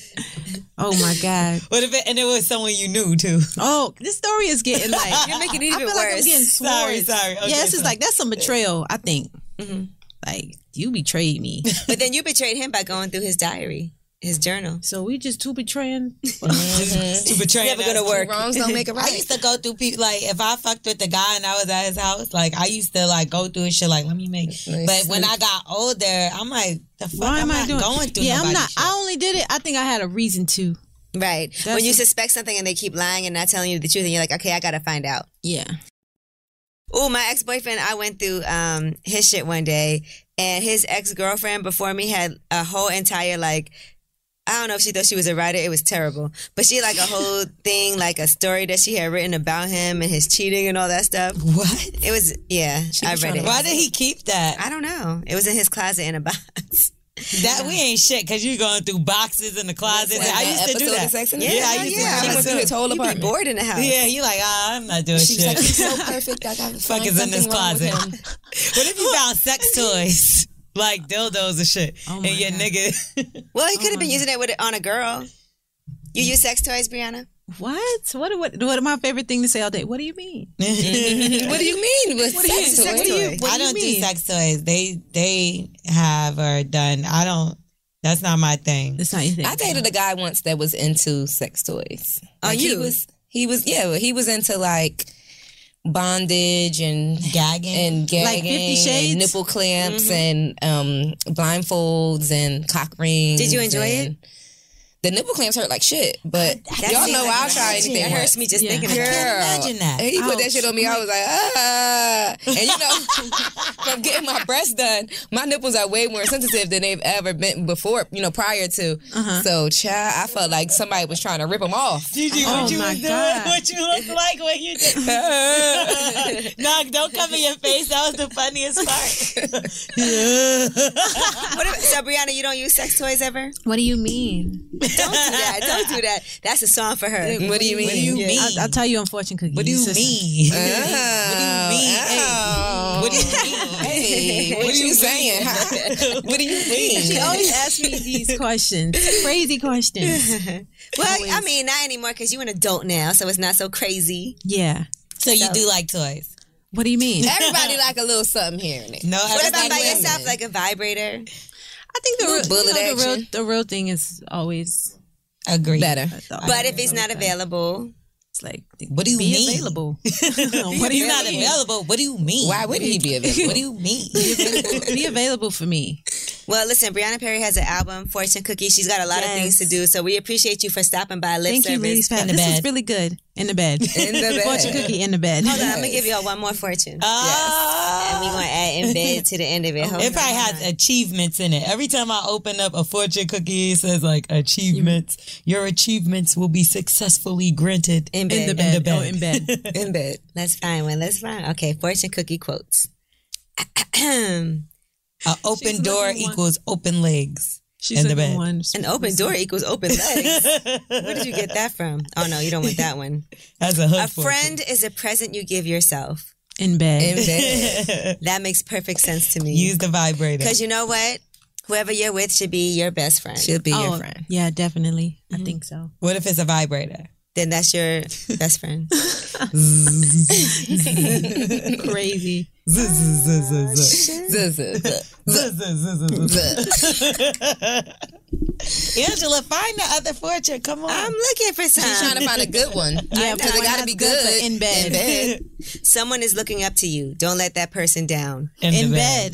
Speaker 1: (laughs)
Speaker 8: me. oh my god.
Speaker 4: What if it? And it was someone you knew too. (laughs)
Speaker 8: Oh, this story is getting
Speaker 5: (laughs)
Speaker 8: like you're making it even I feel Like I'm
Speaker 1: worse.
Speaker 8: getting
Speaker 4: Sorry,
Speaker 8: swords.
Speaker 4: sorry. Okay,
Speaker 8: yeah, Mm-hmm. this is
Speaker 4: sorry.
Speaker 8: like that's some betrayal. I think. Like you betrayed me.
Speaker 1: But then you betrayed him by going through his diary, his journal.
Speaker 8: (laughs) so we just two (laughs) betraying.
Speaker 4: to betray.
Speaker 1: Never
Speaker 4: us.
Speaker 1: gonna work.
Speaker 5: Wrongs
Speaker 1: (laughs)
Speaker 5: don't make it
Speaker 4: I
Speaker 5: right.
Speaker 4: used to go through people like if I fucked with the guy and I was at his house, like I used to like go through his shit. Like let me make. But when I got older, I'm like, the fuck,
Speaker 8: Why
Speaker 4: I'm
Speaker 8: am I
Speaker 4: not
Speaker 8: doing?
Speaker 4: going through.
Speaker 8: yeah, I'm
Speaker 4: nobody's
Speaker 8: not.
Speaker 4: shit.
Speaker 8: I only did it. I think I had a reason to.
Speaker 1: Right. when you suspect something and they keep lying and not telling you the truth, and you're like, okay, I gotta find out.
Speaker 8: Yeah.
Speaker 1: Oh, my ex boyfriend, I went through um, his shit one day, and his ex girlfriend before me had a whole entire like. I don't know if she thought she was a writer. It was terrible. But she had, like a whole
Speaker 4: (laughs)
Speaker 1: thing, like a story that she had written about him and his cheating and all that stuff.
Speaker 4: What?
Speaker 1: It was, yeah, I read it.
Speaker 4: Why did he keep that?
Speaker 1: I don't know. It was in his closet in a
Speaker 8: (laughs)
Speaker 1: box.
Speaker 4: That we ain't shit because you going through boxes in the closet.
Speaker 5: Like
Speaker 4: I
Speaker 5: that
Speaker 4: used to do
Speaker 5: episode of
Speaker 4: that.
Speaker 5: Sex and the
Speaker 4: yeah,
Speaker 5: City.
Speaker 4: I used
Speaker 1: yeah,
Speaker 4: to.
Speaker 1: I
Speaker 4: do
Speaker 1: went
Speaker 4: that
Speaker 1: through
Speaker 4: too.
Speaker 1: his whole apartment. bored in the house.
Speaker 4: Yeah, you like, ah, I'm not doing
Speaker 5: She's
Speaker 4: shit.
Speaker 5: like, he's so perfect. Like, I
Speaker 4: (laughs) Fuck is in this closet. (laughs) what if you found
Speaker 5: (laughs)
Speaker 4: sex toys? Like
Speaker 5: Oh
Speaker 4: dildos and shit. and
Speaker 8: Oh my
Speaker 4: your
Speaker 8: God.
Speaker 4: nigga.
Speaker 1: Well, he could
Speaker 8: Uh-huh.
Speaker 1: have been using it with on a girl. You use sex toys, Brianna?
Speaker 8: What? What? What? What? My favorite thing to say all day. What do you mean?
Speaker 5: What do you mean? With sex
Speaker 1: sex
Speaker 5: toy?
Speaker 1: toy?
Speaker 4: (laughs)
Speaker 8: What
Speaker 4: I
Speaker 8: do you
Speaker 4: don't do
Speaker 8: mean?
Speaker 4: sex toys. They they have or done. I don't. That's not my thing.
Speaker 8: It's not your thing.
Speaker 5: I dated a guy once that was into sex toys.
Speaker 1: Oh,
Speaker 5: Like, He
Speaker 1: you?
Speaker 5: was. He was. Yeah, well, he was into like bondage and
Speaker 4: Gagging.
Speaker 5: and gagging,
Speaker 8: Like 50
Speaker 5: and
Speaker 8: Shades?
Speaker 5: nipple
Speaker 1: Mm-hmm.
Speaker 5: clamps, and um, blindfolds and cock rings.
Speaker 1: Did you enjoy
Speaker 5: and- The nipple clamps hurt like shit, but
Speaker 1: That
Speaker 5: y'all
Speaker 1: seems
Speaker 5: know
Speaker 1: like
Speaker 5: I'll
Speaker 1: a
Speaker 5: try
Speaker 1: magic.
Speaker 5: anything.
Speaker 1: It hurts me just
Speaker 8: Yeah.
Speaker 1: thinking
Speaker 5: Girl,
Speaker 1: about it.
Speaker 4: imagine that.
Speaker 5: And he put that
Speaker 8: Ouch.
Speaker 5: shit on me. I was like, ah. And you know, (laughs) from getting my breasts done, my nipples are way more sensitive than they've ever been before. You know, prior to. So, child, I felt like somebody was trying to rip them off.
Speaker 4: Gigi,
Speaker 8: Oh
Speaker 4: what you
Speaker 8: my
Speaker 4: was doing?
Speaker 8: God.
Speaker 4: What you look like when you did? (laughs) no, don't cover your face. That was the funniest part.
Speaker 1: What if, so, Brianna, you don't use sex toys ever?
Speaker 8: What do you mean?
Speaker 1: Don't do that. Don't do that. That's a song for her.
Speaker 5: What do you mean?
Speaker 4: What do you mean?
Speaker 8: I'll, I'll tell you on fortune cookie.
Speaker 4: What do you
Speaker 8: It's just-
Speaker 4: mean?
Speaker 5: Ow.
Speaker 4: What do you mean?
Speaker 5: Oh. Hey, what, you saying? (laughs) huh? what do you
Speaker 8: She
Speaker 5: mean?
Speaker 8: always asks (laughs) me these questions, crazy (laughs) questions.
Speaker 1: (laughs) Well, I mean, not anymore because you're an adult now, so it's not so crazy.
Speaker 8: Yeah.
Speaker 4: So you do like toys?
Speaker 8: What do you (laughs) mean?
Speaker 5: (laughs) Everybody like a little something here and there.
Speaker 4: No.
Speaker 1: What
Speaker 4: everybody
Speaker 1: about by
Speaker 4: women.
Speaker 1: yourself, like a vibrator?
Speaker 8: I think the real,
Speaker 5: Little bullet
Speaker 8: you know, the, real
Speaker 5: action.
Speaker 8: the real thing is always.
Speaker 4: Agree.
Speaker 5: Better.
Speaker 1: But if it's not available,
Speaker 8: It's like
Speaker 4: What do you
Speaker 8: be
Speaker 4: mean?
Speaker 8: available.
Speaker 4: What
Speaker 8: (laughs) what
Speaker 4: do you not available? What do you mean?
Speaker 5: Why wouldn't he (laughs) be available?
Speaker 4: What do you mean?
Speaker 8: Be available for me.
Speaker 1: well, listen, Brianna Perry has an album, Fortune Cookie. She's got a lot of
Speaker 8: Yes.
Speaker 1: things to do, so we appreciate you for stopping by Lip
Speaker 8: Thank you,
Speaker 1: Service.
Speaker 8: ladies. Pat.
Speaker 4: the
Speaker 8: This is
Speaker 4: bed.
Speaker 8: really good. In the (laughs) bed.
Speaker 5: In the bed.
Speaker 8: Fortune cookie in the bed.
Speaker 1: Hold on,
Speaker 8: (laughs)
Speaker 1: I'm gonna give y'all one more fortune, and we're
Speaker 4: Ah.
Speaker 1: gonna add in bed to the end of it. Hold
Speaker 4: It probably
Speaker 1: on.
Speaker 4: has achievements in it. Every time I open up a fortune cookie, it says like achievements. Your achievements will be successfully granted
Speaker 1: In bed.
Speaker 8: In the
Speaker 1: In
Speaker 8: bed.
Speaker 4: the bed.
Speaker 8: Oh, in bed.
Speaker 5: In bed.
Speaker 1: Let's find one. Let's find. Okay, fortune cookie quotes. (clears throat) An
Speaker 4: An open
Speaker 8: She's
Speaker 4: door
Speaker 8: looking one.
Speaker 4: equals open legs.
Speaker 8: She's
Speaker 4: In the
Speaker 8: looking
Speaker 4: bed.
Speaker 8: One.
Speaker 1: open door equals open legs. Where did you get that from? Oh no, you don't want that one.
Speaker 4: That's a hood.
Speaker 1: A friend is a present you give yourself.
Speaker 8: In bed.
Speaker 5: In bed.
Speaker 4: (laughs)
Speaker 1: That makes perfect sense to me.
Speaker 4: Use the vibrator.
Speaker 1: Because you know what? Whoever you're with should be your best friend.
Speaker 5: She'll be your
Speaker 8: Oh,
Speaker 5: friend.
Speaker 8: Yeah, definitely. I think so.
Speaker 4: What if it's a vibrator?
Speaker 1: then that's your best
Speaker 5: (laughs)
Speaker 1: friend.
Speaker 4: (laughs)
Speaker 8: Crazy.
Speaker 5: Zuh, zuh,
Speaker 8: (laughs)
Speaker 5: zuh,
Speaker 8: (laughs)
Speaker 4: Angela, find the other fortune. Come on.
Speaker 1: I'm looking for
Speaker 5: She's
Speaker 1: some.
Speaker 5: trying to find a good one. Yeah, because it got to be good,
Speaker 8: but in bed.
Speaker 5: In bed.
Speaker 1: Someone is looking up to you. Don't let that person down.
Speaker 4: in bed.
Speaker 8: (laughs)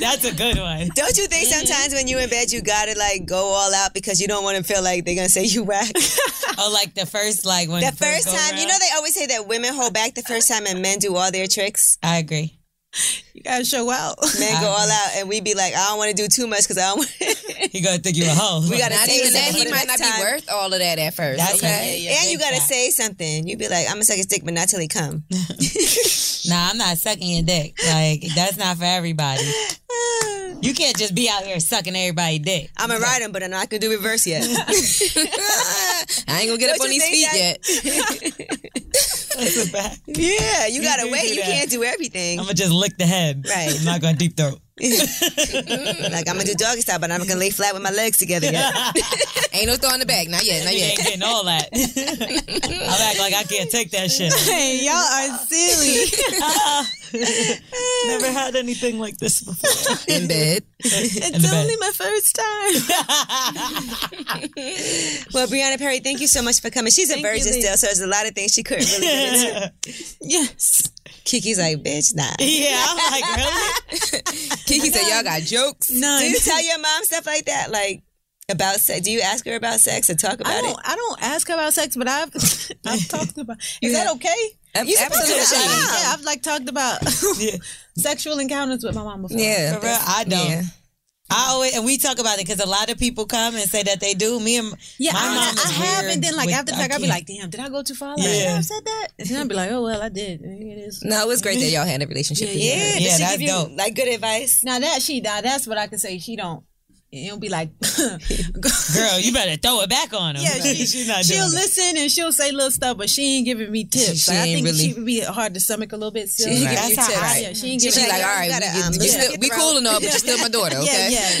Speaker 4: That's a good one.
Speaker 1: Don't you think
Speaker 5: Mm-hmm.
Speaker 1: sometimes when you in bed you gotta like go all out because you don't want to feel like they're gonna say you whack? (laughs)
Speaker 4: Oh, like the first, like when
Speaker 1: The
Speaker 4: it
Speaker 1: first
Speaker 4: go
Speaker 1: time, you
Speaker 4: around?
Speaker 1: know they always say that women hold back the first time and men do all their
Speaker 4: (laughs)
Speaker 1: tricks.
Speaker 4: I agree.
Speaker 8: You gotta show out.
Speaker 1: Men go all out and we be like, I don't want to do too much because I don't. want
Speaker 4: (laughs) You gonna think you a hoe.
Speaker 1: (laughs) We gotta
Speaker 5: Not
Speaker 1: say
Speaker 5: even that.
Speaker 1: something for
Speaker 5: He
Speaker 1: the
Speaker 5: might not
Speaker 1: next
Speaker 5: be
Speaker 1: time.
Speaker 5: worth all of that at first.
Speaker 4: That's
Speaker 5: okay.
Speaker 4: okay.
Speaker 1: and you gotta say something. You be like, I'm gonna suck his dick, but not till he come.
Speaker 4: Nah, I'm not sucking your dick. Like that's not for everybody. You can't just be out here sucking everybody dick.
Speaker 1: I'm gonna ride him, but I'm not gonna do reverse (laughs) yet.
Speaker 5: I ain't gonna get up
Speaker 1: Don't
Speaker 5: on
Speaker 1: you
Speaker 5: these
Speaker 1: think that-
Speaker 5: feet yet.
Speaker 4: That's a fact.
Speaker 1: yeah, you gotta
Speaker 4: do
Speaker 1: wait.
Speaker 4: do
Speaker 1: You
Speaker 4: that.
Speaker 1: can't do everything.
Speaker 4: I'm gonna just lick the head.
Speaker 1: Right. Mm-hmm.
Speaker 4: I'm not gonna deep
Speaker 1: (laughs)
Speaker 4: throat. (laughs)
Speaker 1: Like I'm gonna do doggy style, but I'm gonna lay flat with my legs together.
Speaker 4: (laughs)
Speaker 1: Yet.
Speaker 5: Ain't no throwing the back. Not yet. Not
Speaker 4: You (laughs) ain't
Speaker 5: yet.
Speaker 4: getting all
Speaker 8: (laughs)
Speaker 4: that. I'm act like I can't take that shit.
Speaker 8: hey, y'all are
Speaker 1: (laughs)
Speaker 8: silly.
Speaker 4: (laughs) Never had anything like this before.
Speaker 5: In bed.
Speaker 4: (laughs) In the
Speaker 8: it's
Speaker 4: bed.
Speaker 8: only my first time.
Speaker 1: Well, Brianna Perry, thank you so much for coming. She's a
Speaker 8: Thank you,
Speaker 1: virgin
Speaker 8: Lee.
Speaker 1: still, so there's a lot of things she couldn't really get into.
Speaker 4: (laughs)
Speaker 8: yes.
Speaker 1: Kiki's like, bitch, nah.
Speaker 8: (laughs)
Speaker 4: Yeah, I'm like really.
Speaker 5: Kiki said, y'all got jokes.
Speaker 8: None.
Speaker 1: Do you tell your mom stuff like that? Like about sex? Do you ask her about sex and talk
Speaker 8: I
Speaker 1: about it?
Speaker 8: don't, I don't ask about sex, but I've (laughs) I've talked about. Is that okay?
Speaker 5: Ab-
Speaker 8: Yeah,
Speaker 5: Absolutely.
Speaker 8: I've like talked about (laughs) sexual encounters with my mom before.
Speaker 5: Yeah.
Speaker 4: For real,
Speaker 5: that's-
Speaker 4: I don't.
Speaker 5: yeah.
Speaker 4: I always and we talk about it because a lot of people come and say that they do. Me and
Speaker 8: Yeah,
Speaker 4: my
Speaker 8: I,
Speaker 4: mom is
Speaker 8: I have,
Speaker 4: weird
Speaker 8: and then like
Speaker 4: with-
Speaker 8: after the
Speaker 4: I
Speaker 8: fact, I'll be
Speaker 4: can't.
Speaker 8: like, "Damn, did I go too far? Like,
Speaker 4: Yeah.
Speaker 8: yeah, I said that." And then I'll be like, "Oh well, I did." And It is.
Speaker 5: No, it was great that y'all had a relationship.
Speaker 8: Yeah,
Speaker 5: together.
Speaker 1: Does
Speaker 4: Yeah,
Speaker 1: she
Speaker 4: that's
Speaker 1: give you
Speaker 4: dope.
Speaker 1: like good advice?
Speaker 8: Now that she, now that's what I can say. She don't. It'll
Speaker 5: (laughs)
Speaker 8: be like, (laughs)
Speaker 4: girl, you better throw it back on them.
Speaker 8: yeah, she,
Speaker 4: she's not
Speaker 8: she'll
Speaker 4: doing it.
Speaker 8: listen and she'll say little stuff, but she ain't giving me tips.
Speaker 5: she
Speaker 8: like, I
Speaker 5: ain't
Speaker 8: think
Speaker 5: really-
Speaker 8: she would be hard to stomach a little bit. Still,
Speaker 5: She
Speaker 8: Like,
Speaker 5: give you
Speaker 8: that's how
Speaker 5: tips.
Speaker 8: I- yeah, she ain't
Speaker 5: She's
Speaker 8: giving.
Speaker 5: like, all
Speaker 8: me-
Speaker 5: right,
Speaker 1: gotta,
Speaker 5: we, you,
Speaker 1: um,
Speaker 5: you
Speaker 1: look
Speaker 5: still,
Speaker 1: at
Speaker 5: we
Speaker 1: the
Speaker 5: cool
Speaker 1: road.
Speaker 5: and all, but you're still my daughter, okay?
Speaker 8: yeah, yeah.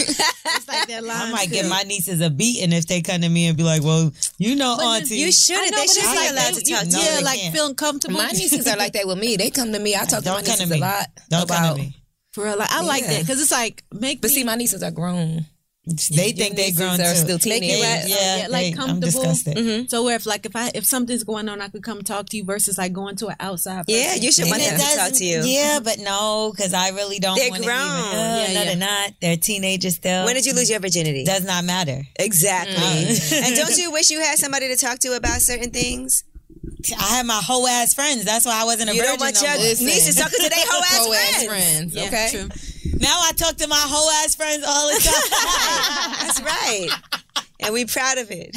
Speaker 5: (laughs)
Speaker 8: it's like that line.
Speaker 4: I might
Speaker 8: still.
Speaker 4: give my nieces a beating if they come to me and be like, "Well, you know, auntie,
Speaker 1: You shouldn't.
Speaker 8: I know,
Speaker 1: They
Speaker 8: but
Speaker 1: should
Speaker 8: it's
Speaker 1: be
Speaker 8: like
Speaker 1: allowed
Speaker 8: they-
Speaker 1: to talk.
Speaker 8: you-
Speaker 1: No,
Speaker 8: yeah,
Speaker 1: they
Speaker 8: like
Speaker 1: can't.
Speaker 8: feeling comfortable.
Speaker 5: My nieces are like that with me. They come to me. I talk to my
Speaker 4: Don't come to
Speaker 5: nieces
Speaker 4: me.
Speaker 5: a lot
Speaker 4: Don't come
Speaker 5: about.
Speaker 4: to me."
Speaker 8: (laughs) for real. Like, I like
Speaker 5: Yeah.
Speaker 8: that because it's like make
Speaker 5: But
Speaker 8: me
Speaker 5: see, my nieces are grown.
Speaker 4: They think they
Speaker 5: nieces
Speaker 4: grown
Speaker 5: are
Speaker 4: too.
Speaker 5: still
Speaker 4: They- uh,
Speaker 5: teenagers.
Speaker 4: yeah,
Speaker 8: yeah, like
Speaker 4: they- I'm
Speaker 8: comfortable.
Speaker 4: disgusted.
Speaker 5: mm-hmm.
Speaker 8: So where if like if I if something's going on, I could come talk to you versus like going to an outside.
Speaker 1: Yeah,
Speaker 8: person.
Speaker 1: you should want them
Speaker 4: And it
Speaker 1: to talk to
Speaker 4: doesn't-
Speaker 1: you.
Speaker 4: Yeah, but no, because I really don't.
Speaker 1: They're
Speaker 4: wanna
Speaker 1: grown.
Speaker 4: Even, uh,
Speaker 8: Yeah,
Speaker 4: no,
Speaker 8: yeah.
Speaker 4: they're not. They're teenagers still.
Speaker 1: When did you lose your virginity?
Speaker 4: Does not
Speaker 1: (laughs)
Speaker 4: matter.
Speaker 1: Exactly. (laughs) and don't you wish you had somebody to talk to about certain things?
Speaker 4: I had my whole ass friends. That's why I wasn't a
Speaker 1: You
Speaker 4: virgin.
Speaker 1: don't want
Speaker 4: no
Speaker 1: your
Speaker 4: more.
Speaker 5: Listen.
Speaker 1: nieces talking to their whole ass friends.
Speaker 5: Co-ass friends,
Speaker 8: Yeah,
Speaker 5: okay?
Speaker 8: true.
Speaker 4: Now I talk to my whole ass friends all the time.
Speaker 1: That's right. And we proud of
Speaker 5: (laughs)
Speaker 1: it.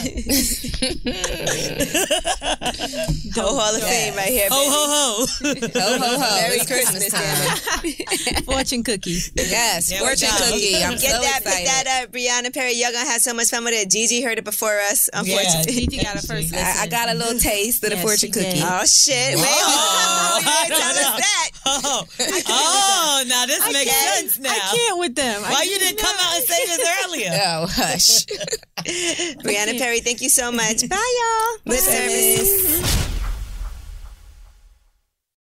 Speaker 1: Whole Hall of Fame right here.
Speaker 4: ho
Speaker 1: baby.
Speaker 4: (laughs) ho ho.
Speaker 5: Ho, ho, ho.
Speaker 1: Merry
Speaker 5: it's Christmas,
Speaker 1: Christmas
Speaker 5: time.
Speaker 4: (laughs)
Speaker 8: Fortune cookie.
Speaker 5: yes,
Speaker 4: There we
Speaker 5: fortune
Speaker 4: go.
Speaker 5: cookie. I'm
Speaker 1: Get
Speaker 5: so
Speaker 1: that, put
Speaker 5: excited.
Speaker 1: that up, Brianna Perry. Y'all gonna have so much fun with it. Gigi heard it before us, unfortunately. (laughs)
Speaker 8: Gigi got a first.
Speaker 5: I, I got a little taste of the
Speaker 8: Yes,
Speaker 5: fortune
Speaker 8: she did.
Speaker 5: cookie.
Speaker 1: Oh shit! Wait,
Speaker 4: Oh.
Speaker 1: you didn't tell us that.
Speaker 4: Oh, oh now this makes
Speaker 1: can't-
Speaker 4: sense now.
Speaker 8: I can't with them. I
Speaker 4: Why you didn't come out and
Speaker 1: (laughs)
Speaker 4: say this earlier?
Speaker 5: Oh, hush. (laughs)
Speaker 1: Brianna Perry, thank you so much. Bye, y'all. Lip service.